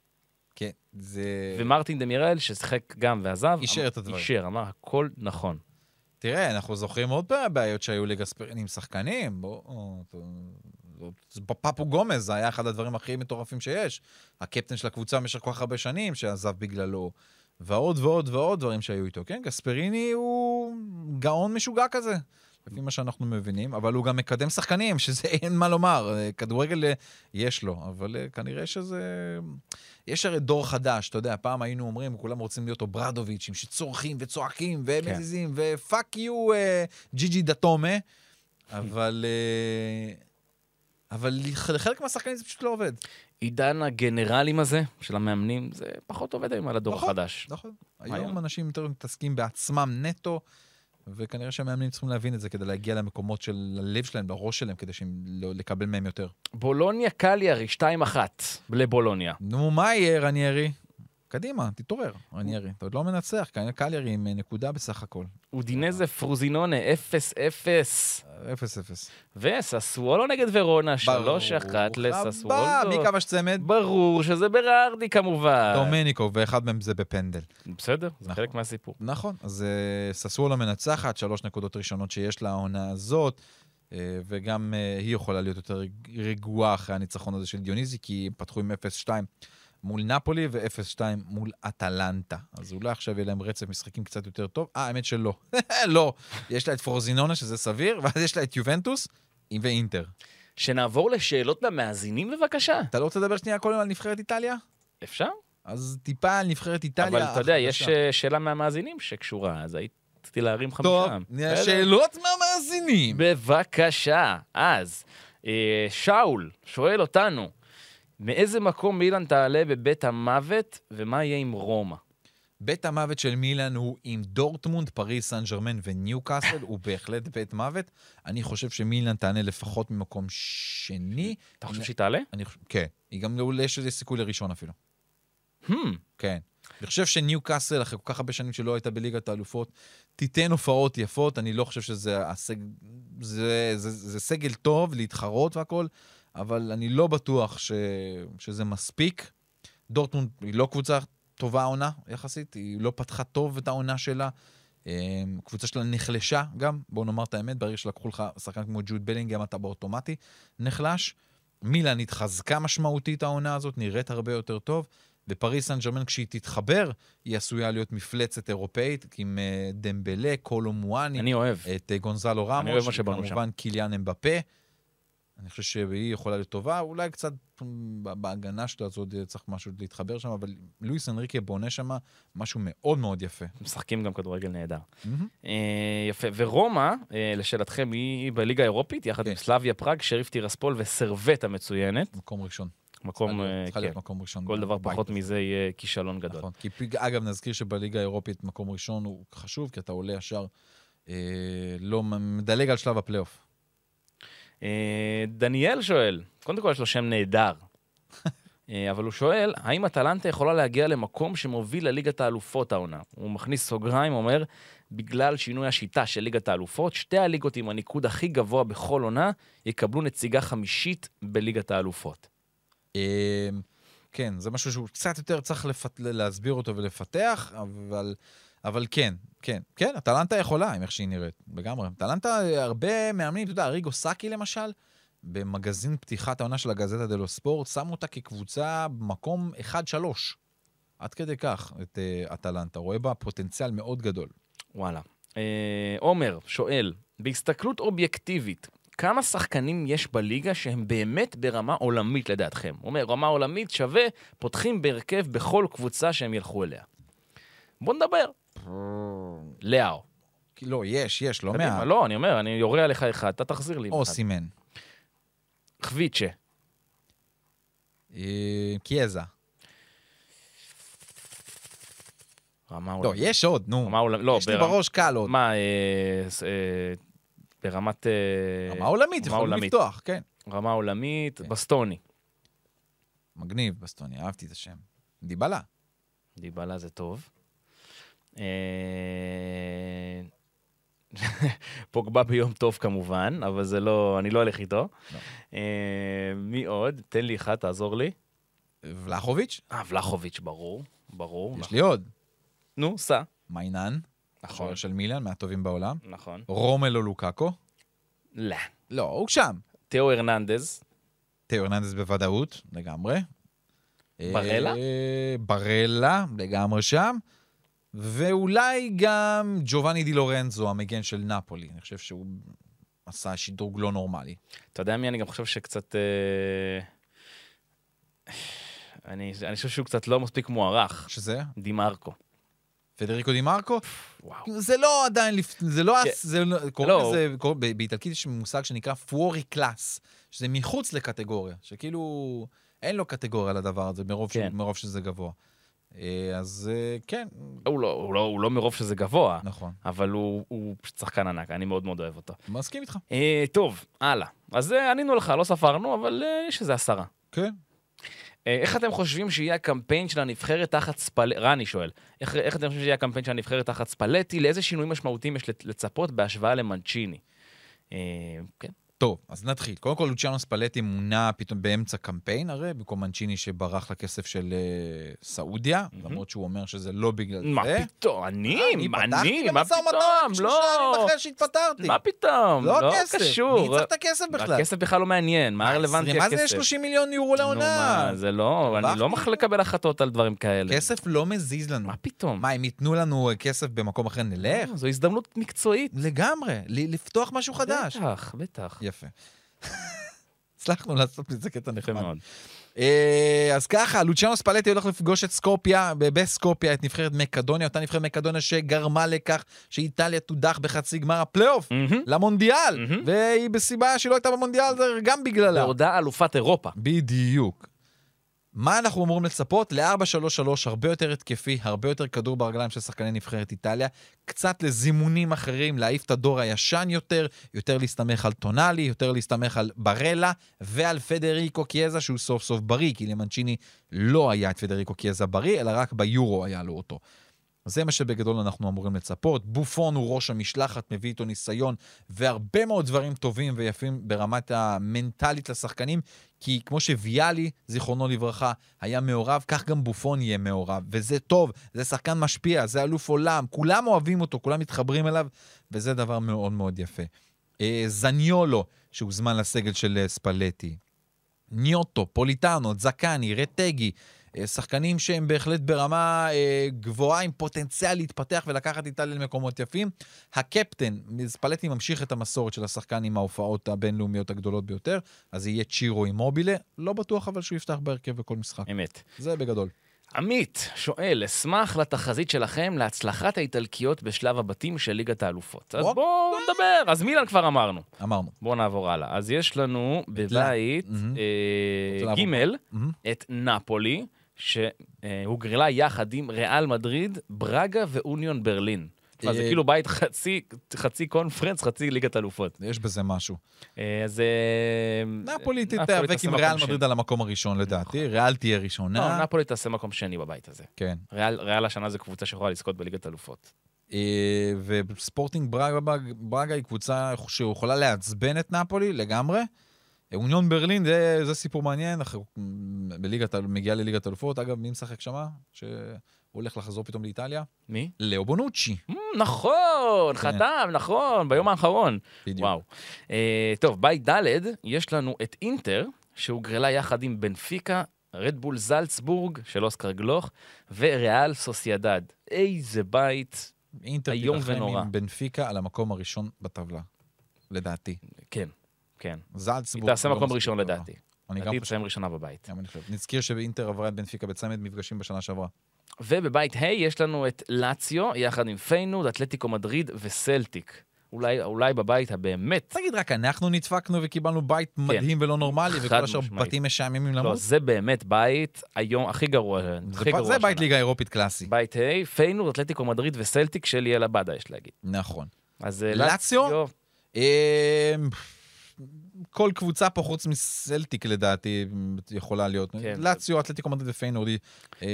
כן, זה... ומרטין דמיראל, ששיחק גם ועזב, אישר אמר- את הדברים. אישר, אמר, הכל נכון. תראה, אנחנו זוכרים עוד פעם בעיות שהיו לגספרין עם שחקנים. בוא, או, או, או, פפו גומז, זה היה אחד הדברים הכי מטורפים שיש. הקפטן של הקבוצה במשך כל כך הרבה שנים, שעזב בגללו, ועוד ועוד ועוד דברים שהיו איתו. כן, גספריני הוא גאון משוגע כזה, לפי מה שאנחנו מבינים, אבל הוא גם מקדם שחקנים, שזה אין מה לומר. אה, כדורגל אה, יש לו, אבל אה, כנראה שזה... יש הרי דור חדש, אתה יודע, פעם היינו אומרים, כולם רוצים להיות אוברדוביצ'ים, שצורכים וצועקים ומזיזים, ופאק יו אה, ג'י ג'י דתומה, אבל... אה, אבל לחלק מהשחקנים זה פשוט לא עובד. עידן הגנרלים הזה, של המאמנים, זה פחות עובד היום על הדור נכון. החדש. נכון. היום. היום אנשים יותר מתעסקים בעצמם נטו, וכנראה שהמאמנים צריכים להבין את זה כדי להגיע למקומות של הלב שלהם, לראש שלהם, כדי שהם לא- לקבל מהם יותר. בולוניה קליארי, 2-1 לבולוניה. נו, מה יהיה, רניירי? קדימה, תתעורר, רניירי. אתה עוד לא מנצח, כנראה קליירי עם אה, נקודה בסך הכל. אודינזה פרוזינונה, 0-0. אפס אפס. וססוולו נגד ורונה, 3-1 הבא, מי לססוולו. כבש צמד? ברור שזה ברארדי כמובן. דומניקו, ואחד מהם זה בפנדל. בסדר, זה נכון. חלק מהסיפור. נכון, אז אה, ססוולו מנצחת, שלוש נקודות ראשונות שיש לה העונה הזאת, אה, וגם אה, היא יכולה להיות יותר רג- רגועה אחרי הניצחון הזה של דיוניזי, כי הם פתחו עם 0-2 מול נפולי ו-0-2 מול אטלנטה. אז אולי עכשיו יהיה להם רצף משחקים קצת יותר טוב. אה, האמת שלא. לא. יש לה את פרוזינונה, שזה סביר, ואז יש לה את יובנטוס ואינטר. שנעבור לשאלות מהמאזינים בבקשה. אתה לא רוצה לדבר שנייה קודם על נבחרת איטליה? אפשר? אז טיפה על נבחרת איטליה. אבל אתה יודע, יש החדשה. אה, שאלה מהמאזינים שקשורה, אז הייתי להרים לך טוב, משם. נהיה בסדר? שאלות מהמאזינים. בבקשה. אז, אה, שאול שואל אותנו, מאיזה מקום מילן תעלה בבית המוות, ומה יהיה עם רומא? בית המוות של מילאן הוא עם דורטמונד, פריס, סן ג'רמן וניוקאסל, הוא בהחלט בית מוות. אני חושב שמילאן תענה לפחות ממקום שני. אתה חושב שהיא תעלה? אני חושב, כן. היא גם לא, יש איזה סיכוי לראשון אפילו. Hmm. כן. אני חושב שניוקאסל, אחרי כל כך הרבה שנים שלא הייתה בליגת האלופות, תיתן הופעות יפות. אני לא חושב שזה הסג... זה, זה, זה סגל טוב להתחרות והכול, אבל אני לא בטוח ש... שזה מספיק. דורטמונד היא לא קבוצה טובה העונה יחסית, היא לא פתחה טוב את העונה שלה. אמ, קבוצה שלה נחלשה גם, בואו נאמר את האמת, ברגע שלקחו לך שחקן כמו ג'וד בלינג, גם אתה באוטומטי נחלש. מילאן התחזקה משמעותית העונה הזאת, נראית הרבה יותר טוב, ופריס סן ג'רמן כשהיא תתחבר, היא עשויה להיות מפלצת אירופאית עם אה, דמבלה, קולו מואני, אני אוהב. את אה, גונזלו רמוש, אוהב מה שבנו שם. כמובן קיליאן אמבפה. אני חושב שהיא יכולה להיות טובה, אולי קצת מ, ב- בהגנה שלה אז עוד אה, צריך משהו להתחבר שם, אבל לואיס אנריקה בונה שם משהו מאוד מאוד יפה. משחקים גם כדורגל נהדר. אה, יפה. ורומא, אה, לשאלתכם, היא בליגה האירופית, יחד כן. עם סלאביה פראג, שריף טירספול וסרווט המצוינת. מקום ראשון. מקום, צריכה להיות- אה, צריכה כן, להיות מקום ראשון. כל דבר בבית פחות הזה. מזה יהיה כישלון גדול. נכון. כי פי- אגב, נזכיר שבליגה האירופית מקום ראשון הוא חשוב, כי אתה עולה ישר, אה, לא מדלג על שלב הפלייאוף. אה, דניאל שואל, קודם כל יש לו שם נהדר, אה, אבל הוא שואל, האם אטלנטה יכולה להגיע למקום שמוביל לליגת האלופות העונה? הוא מכניס סוגריים, אומר, בגלל שינוי השיטה של ליגת האלופות, שתי הליגות עם הניקוד הכי גבוה בכל עונה יקבלו נציגה חמישית בליגת האלופות. אה, כן, זה משהו שהוא קצת יותר צריך לפת... להסביר אותו ולפתח, אבל, אבל כן, כן, כן, אטלנטה יכולה, עם איך שהיא נראית, לגמרי. אטלנטה, אה, הרבה מאמנים, אתה יודע, אריגו סאקי למשל, במגזין פתיחת העונה של הגזטה דלו ספורט, שמו אותה כקבוצה במקום 1-3. עד כדי כך את אה, אטלנטה, רואה בה פוטנציאל מאוד גדול. וואלה. אה, עומר שואל, בהסתכלות אובייקטיבית, כמה שחקנים יש בליגה שהם באמת ברמה עולמית לדעתכם? הוא אומר, רמה עולמית שווה, פותחים בהרכב בכל קבוצה שהם ילכו אליה. בוא נדבר. לאו. כי לא, יש, יש, לא קדימה, מעט. לא, אני אומר, אני יורה עליך אחד, אתה תחזיר לי. או אחד. סימן. חביצ'ה. אה, קיאזה. רמה לא, עולמית. יש עוד, נו. רמה עולמית. לא, יש לי ברמה- בראש קל עוד. מה, אה, ס- אה, ברמת... אה, רמה עולמית, רמה יכולים עולמית. לפתוח, כן. רמה עולמית, כן. בסטוני. מגניב, בסטוני, אהבתי את השם. דיבלה. דיבלה זה טוב. אה, פוגבה ביום טוב כמובן, אבל זה לא, אני לא אלך איתו. לא. אה, מי עוד? תן לי אחד, תעזור לי. ולחוביץ'? אה, ולחוביץ', ברור, ברור. יש נכון. לי עוד. נו, סע. מיינן, נכון, שוער של מילאן, מהטובים בעולם. נכון. רומלו לוקאקו. לא. לא, הוא שם. תיאו הרננדז, תאו הרננדס בוודאות, לגמרי. ברלה? אה, ברלה, לגמרי שם. ואולי גם ג'ובאני די לורנזו, המגן של נפולי. אני חושב שהוא עשה שדרוג לא נורמלי. אתה יודע מי אני גם חושב שקצת... אה, אני, אני חושב שהוא קצת לא מספיק מוערך. שזה? דימרקו. פדריקו די מרקו? וואו. זה לא עדיין, לפ- זה לא... כן. הס- זה לא- קוראים לא. לזה, קורא- ב- באיטלקית יש מושג שנקרא פוארי קלאס, שזה מחוץ לקטגוריה, שכאילו אין לו קטגוריה לדבר הזה, מרוב שהוא- כן. מרוב שזה גבוה. אה, אז אה, כן, הוא לא, הוא לא, הוא לא מרוב שזה גבוה, נכון. אבל הוא, הוא פשוט שחקן ענק, אני מאוד מאוד אוהב אותו. מסכים איתך. אה, טוב, הלאה. אז אה, ענינו לך, לא ספרנו, אבל אה, יש איזה עשרה. כן. אה, איך אתם חושבים שיהיה הקמפיין של הנבחרת תחת ספלטי, רני שואל, איך, איך אתם חושבים שיהיה הקמפיין של הנבחרת תחת ספלטי, לאיזה שינויים משמעותיים יש לת- לצפות בהשוואה למנצ'יני? אה, כן. טוב, אז נתחיל. קודם כל, לוצ'אנו ספלטי מונה פתאום באמצע קמפיין, הרי, במקום מנצ'יני שברח לכסף של אה, סעודיה, למרות שהוא אומר שזה לא בגלל זה. אה, מה פתאום? אני? אני? פתחתי מה במשא ומתן פתאום? רק שלושה ימים לא. אחרי שהתפטרתי. מה פתאום? לא לא כסף. מי קשור. צריך את הכסף בכלל? הכסף בכלל לא מעניין, מה רלוונטי עשרים, הכסף? מה זה 30 מיליון יורו נו, לעונה? מה, זה לא, אני הרווחתי. לא מחליט לקבל החלטות על דברים כאלה. כסף לא מזיז לנו. מה פתאום? מה, אם ייתנו לנו אה, כסף במקום אחר, נלך? זו הזדמנות מקצועית. לגמרי, ל- לפתוח משהו חדש. בטח, בטח. יפה. הצלחנו לעשות מזה קטע יפה נחמד. מאוד. אה, אז ככה, לוצ'אנו ספלטי הולך לפגוש את סקופיה, ב- בסקופיה, את נבחרת מקדוניה, אותה נבחרת מקדוניה שגרמה לכך שאיטליה תודח בחצי גמר הפלייאוף מהמם. למונדיאל, מהמם. והיא בסיבה שלא הייתה במונדיאל, זה גם בגללה. והודעה אלופת אירופה. בדיוק. מה אנחנו אמורים לצפות? ל-4-3-3, הרבה יותר התקפי, הרבה יותר כדור ברגליים של שחקני נבחרת איטליה, קצת לזימונים אחרים, להעיף את הדור הישן יותר, יותר להסתמך על טונאלי, יותר להסתמך על ברלה ועל פדריקו קיאזה, שהוא סוף סוף בריא, כי למנצ'יני לא היה את פדריקו קיאזה בריא, אלא רק ביורו היה לו אותו. זה מה שבגדול אנחנו אמורים לצפות. בופון הוא ראש המשלחת, מביא איתו ניסיון והרבה מאוד דברים טובים ויפים ברמת המנטלית לשחקנים, כי כמו שוויאלי, זיכרונו לברכה, היה מעורב, כך גם בופון יהיה מעורב, וזה טוב, זה שחקן משפיע, זה אלוף עולם, כולם אוהבים אותו, כולם מתחברים אליו, וזה דבר מאוד מאוד יפה. אה, זניולו, שהוזמן לסגל של אה, ספלטי. ניוטו, פוליטאנו, זקני, רטגי, אה, שחקנים שהם בהחלט ברמה אה, גבוהה עם פוטנציאל להתפתח ולקחת איטליה למקומות יפים. הקפטן, ספלטי ממשיך את המסורת של השחקן עם ההופעות הבינלאומיות הגדולות ביותר, אז יהיה צ'ירו עם מובילה, לא בטוח אבל שהוא יפתח בהרכב בכל משחק. אמת. זה בגדול. עמית שואל, אשמח לתחזית שלכם להצלחת האיטלקיות בשלב הבתים של ליגת האלופות. אז בוא- בואו נדבר. אז מילן כבר אמרנו. אמרנו. בואו נעבור הלאה. אז יש לנו בבית מהמם. אה, רוצה לעבור ג' מהמם. את נפולי, שהוגרלה יחד עם ריאל מדריד, ברגה ואוניון ברלין. מה, זה אה, כאילו בית חצי, חצי קונפרנס, חצי ליגת אלופות. יש בזה משהו. אה, אז... אה, נפולי תעשה תיאבק עם מקום ריאל שני. מדריד על המקום הראשון לדעתי, ריאל תהיה נכון. לא, ראשונה. נפולי תעשה מקום שני בבית הזה. כן. ריאל, ריאל השנה זו קבוצה שיכולה לזכות בליגת אלופות. אה, וספורטינג ברגה, ברגה היא קבוצה שיכולה לעצבן את נפולי לגמרי. אוניון ברלין, זה, זה סיפור מעניין, אחרי, בליגת, האל- מגיעה לליגת אלופות, אגב, מי משחק שמה? שהוא הולך לחזור פתאום לאיטליה? מי? לאו בונוצ'י, Mm, נכון, כן. חתם, נכון, ביום האחרון. בדיוק. וואו. אה, טוב, בית ד', יש לנו את אינטר, שהוגרלה יחד עם בנפיקה, רדבול זלצבורג של אוסקר גלוך, וריאל סוסיידד. איזה בית. אינטר איום תילחם ונורא. עם בנפיקה על המקום הראשון בטבלה, לדעתי. כן, כן. היא זלצבורג. תעשה לא מקום מספיק ראשון טובה. לדעתי. אני גם לדעתי חושב. כן. תסיים ראשונה בבית. גם אני חושב. נזכיר שאינטר עברה את בנפיקה בצמד מפגשים בשנה שעברה. ובבית ה' יש לנו את לאציו, יחד עם פיינוד, אתלטיקו מדריד וסלטיק. אולי, אולי בבית הבאמת... תגיד, רק אנחנו נדפקנו וקיבלנו בית מדהים ולא נורמלי, כן. חד וכל השאר משמעית. בתים משעממים לא, למות? זה באמת בית היום הכי גרוע, זה הכי פ- גרוע זה בית השנה. ליגה אירופית קלאסי. בית ה', פיינור, אתלטיקו מדריד וסלטיק של יאלה באדה, יש להגיד. נכון. אז אה, לאציו? לאציו, אמ, כל קבוצה פה חוץ מסלטיק לדעתי יכולה להיות. כן. לאציו, אתלטיקו מדריד ופיינורד, אה,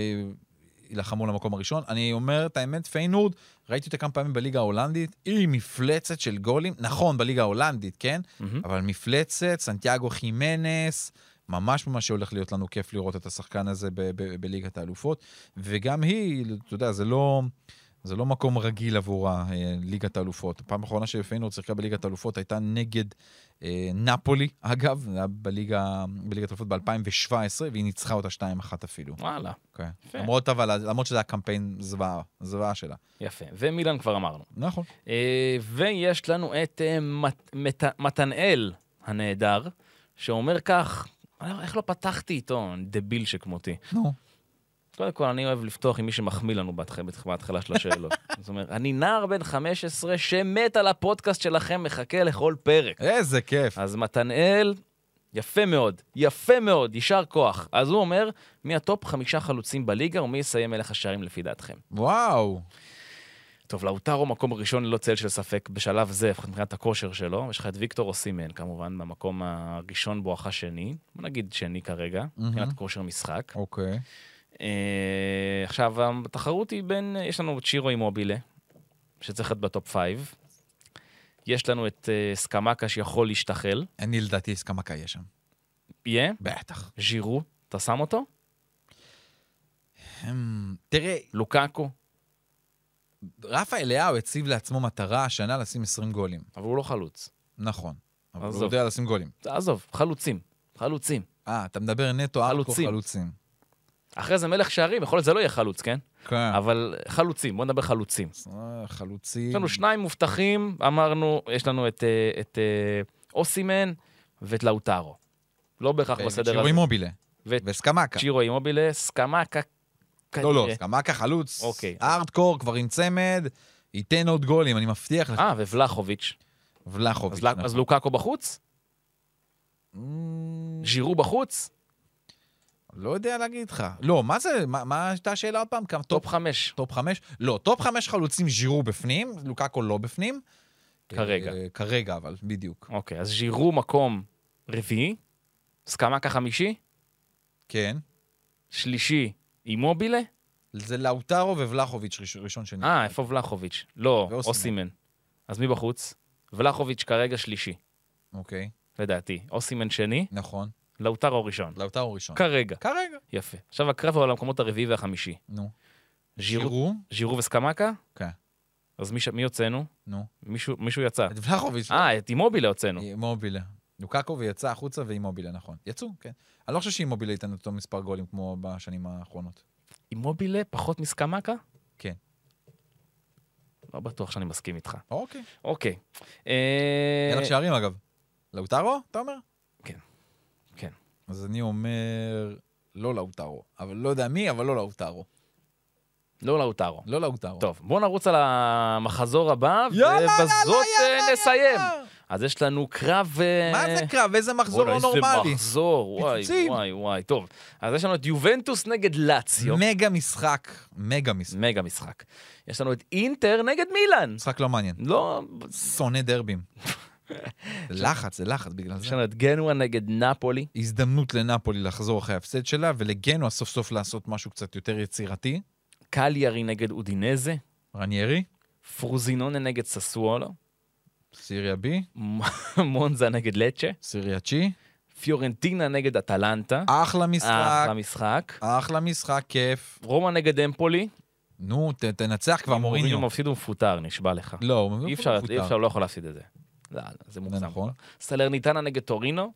יילחמו על המקום הראשון. אני אומר את האמת, פיינורד, ראיתי אותה כמה פעמים בליגה ההולנדית, היא מפלצת של גולים, נכון, בליגה ההולנדית, כן? מהמם. אבל מפלצת, סנטיאגו חימנס, ממש ממש הולך להיות לנו כיף לראות את השחקן הזה ב- ב- בליגת האלופות. וגם היא, אתה יודע, זה לא, זה לא מקום רגיל עבורה, אה, ליגת האלופות. הפעם האחרונה שפיינורד שיחקה בליגת האלופות הייתה נגד אה, נפולי, אגב, זה היה בליגה, בליגת האלופות ב-2017, והיא ניצחה אותה 2-1 אפילו. וואלה, כן. יפה. למרות, אבל, למרות שזה היה קמפיין זוועה, זוועה שלה. יפה. ומילן כבר אמרנו. נכון. אה, ויש לנו את אה, מת- מת- מתנאל הנהדר, שאומר כך, "אה, איך לא פתחתי איתו, דביל שכמותי. נו. קודם כל, אני אוהב לפתוח עם מי שמחמיא לנו בהתח- בהתח- בהתחלה של השאלות. זאת אומרת, אני נער בן 15 שמת על הפודקאסט שלכם, מחכה לכל פרק. איזה כיף. אז מתנאל, יפה מאוד, יפה מאוד, יישר כוח. אז הוא אומר, מי הטופ חמישה חלוצים בליגה ומי יסיים מלך השערים לפי דעתכם. וואו. טוב, לאוטרו מקום ראשון ללא צל של ספק בשלב זה, מבחינת הכושר שלו. יש לך את ויקטור אוסימן, כמובן, במקום הראשון בואכה שני. בוא נגיד שני כרגע, מבחינת כושר משחק. אוקיי. אה, עכשיו, התחרות היא בין, יש לנו את שירו אימובילה, שצריך להיות בטופ פייב. יש לנו את אה, סקמקה שיכול להשתחל. אני לדעתי סקמקה יש שם. יהיה? בטח. ז'ירו, אתה שם אותו? הם- תראה, לוקקו, רפה אליהו הציב לעצמו מטרה השנה לשים 20 גולים. אבל הוא לא חלוץ. נכון. אבל הוא עזוב. יודע לשים גולים. עזוב, חלוצים, חלוצים. אה, אתה מדבר נטו ארקו חלוצים. חלוצים. אחרי זה מלך שערים, יכול להיות שזה לא יהיה חלוץ, כן? כן. אבל חלוצים, בוא נדבר חלוצים. אה, חלוצים. יש לנו שניים מובטחים, אמרנו, יש לנו את, אה, את אה, אוסימן ואת לאוטרו. לא בהכרח בסדר אה, כן, שירו הזה. אימובילה. ואת וסקמקה. צ'ירו אימובילה, סקמקה. לא, לא, כנראה. סקמקה חלוץ. אוקיי. ארדקור כבר עם צמד, ייתן עוד גולים, אני מבטיח לך. אה, ווולחוביץ'. ולחוביץ'. אז, ל- נכון. אז לוקקו בחוץ? אמ, ז'ירו בחוץ? לא יודע להגיד לך. לא, מה זה, מה- מה הייתה השאלה עוד פעם? כמה טופ טופ חמש. טופ חמש? לא, טופ חמש חלוצים ז'ירו בפנים, לוקאקו לא בפנים. כרגע. אה, כרגע, אבל, בדיוק. אוקיי, אז ז'ירו מקום רביעי, סקמקה חמישי, כן. שלישי אימובילה. זה לאוטרו ובלחוביץ' ראש- ראשון שני. אה, איפה ולחוביץ'? לא, נכון. ואוסימן. אוסימן. אז מי בחוץ? ולחוביץ' כרגע שלישי, אוקיי, לדעתי. אוסימן שני, נכון. לאוטרו ראשון. לאוטרו ראשון. כרגע. כרגע. יפה. עכשיו הקרב הוא על המקומות הרביעי והחמישי. נו. ז'ירו, ז'ירו? ז'ירו וסקמקה? כן. אז מי ש- מי הוצאנו? נו. מישהו מישהו יצא. את ולחוביץ'. אה, את אימובילה הוצאנו. אימובילה. לוקאקו ויצא החוצה ואימובילה, נכון. יצאו, כן. אני לא חושב שאימובילה ייתן אותו מספר גולים כמו בשנים האחרונות. אימובילה פחות מסקמקה? כן. לא בטוח שאני מסכים איתך. אוקיי. אוקיי. אה, אין לך שערים, אגב. לאוטרו, אתה אומר? כן. כן. אז אני אומר, לא לאוטרו. אבל לא יודע מי, אבל לא לאוטרו. לא לאוטרו. לא לאוטרו. טוב, בואו נרוץ על המחזור הבא, יאללה, יאללה, ובזאת אה, יאללה, נסיים. יאללה. אז יש לנו קרב... אה, מה זה קרב? איזה מחזור וואלה, לא איזה נורמלי. מחזור, וואי, פיצוצים. וואי, וואי. טוב, אז יש לנו את יובנטוס נגד לאציו. מגה משחק. מגה משחק. מגה משחק. יש לנו את אינטר נגד מילאן. משחק לא מעניין. לא, שונא דרבים. זה לחץ, זה לחץ בגלל יש זה. לנו את גנואה נגד נפולי. הזדמנות לנפולי לחזור אחרי ההפסד שלה, ולגנוע סוף סוף לעשות משהו קצת יותר יצירתי. קליארי נגד אודינזה. רניירי, פרוזינונה נגד ססוולו. סיריה בי, מונזה נגד לצ'ה. סיריה צ'י, פיורנטינה נגד אטלנטה. אחלה משחק, אחלה משחק. אחלה משחק, כיף. רומא נגד אמפולי. נו, ת- תנצח כבר מוריניו מוריניו. מפסיד ומפוטר, נשבע לך. לא, הוא אי אפשר, מפוטר. אי אפשר, לא יכול להפסיד את זה. לא, לא, זה זה מוגזם. נכון. סלרניטנה נגד טורינו,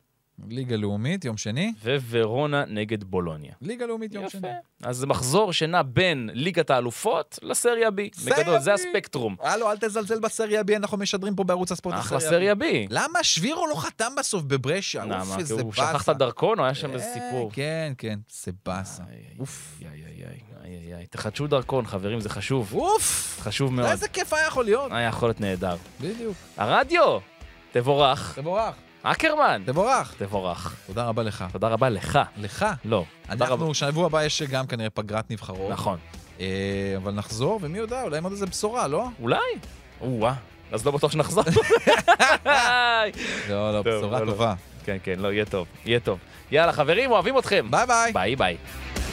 ליגה לאומית, יום שני. וורונה נגד בולוניה. ליגה לאומית, יום יפה. שני. אז זה מחזור שנע בין ליגת האלופות לסריה B. סריה בגדול, B. זה הספקטרום. הלו, אל תזלזל בסריה בי, אנחנו משדרים פה בערוץ הספורט. אחלה הסריה סריה B. B. למה שבירו לא חתם בסוף בברשיה? למה? אוף, כי איזה הוא שכח את באסה. הדרכון, או היה שם איזה אה, סיפור. כן, כן, זה באסה. איי, אוף. איי, איי, איי, איי, איי, איי. תחדשו דרכון, חברים, זה חשוב. אוף! חשוב מאוד. איזה כיף היה יכול להיות. היה יכול להיות נהדר. בדיוק. הרדיו! תבורך. תבורך. אקרמן! תבורך. תבורך. תודה רבה לך. תודה רבה לך. לך. לא. תודה רבה. אנחנו, שבוע הבא יש גם כנראה פגרת נבחרות. נכון. אה, אבל נחזור, ומי יודע, אולי עם עוד איזה בשורה, לא? אולי? או-אה. אז לא בטוח שנחזור. לא, לא, טוב, בשורה לא, לא. טובה. כן, כן, לא, יהיה טוב. יהיה טוב. יאללה, חברים, אוהבים אתכם. ביי ביי. ביי ביי.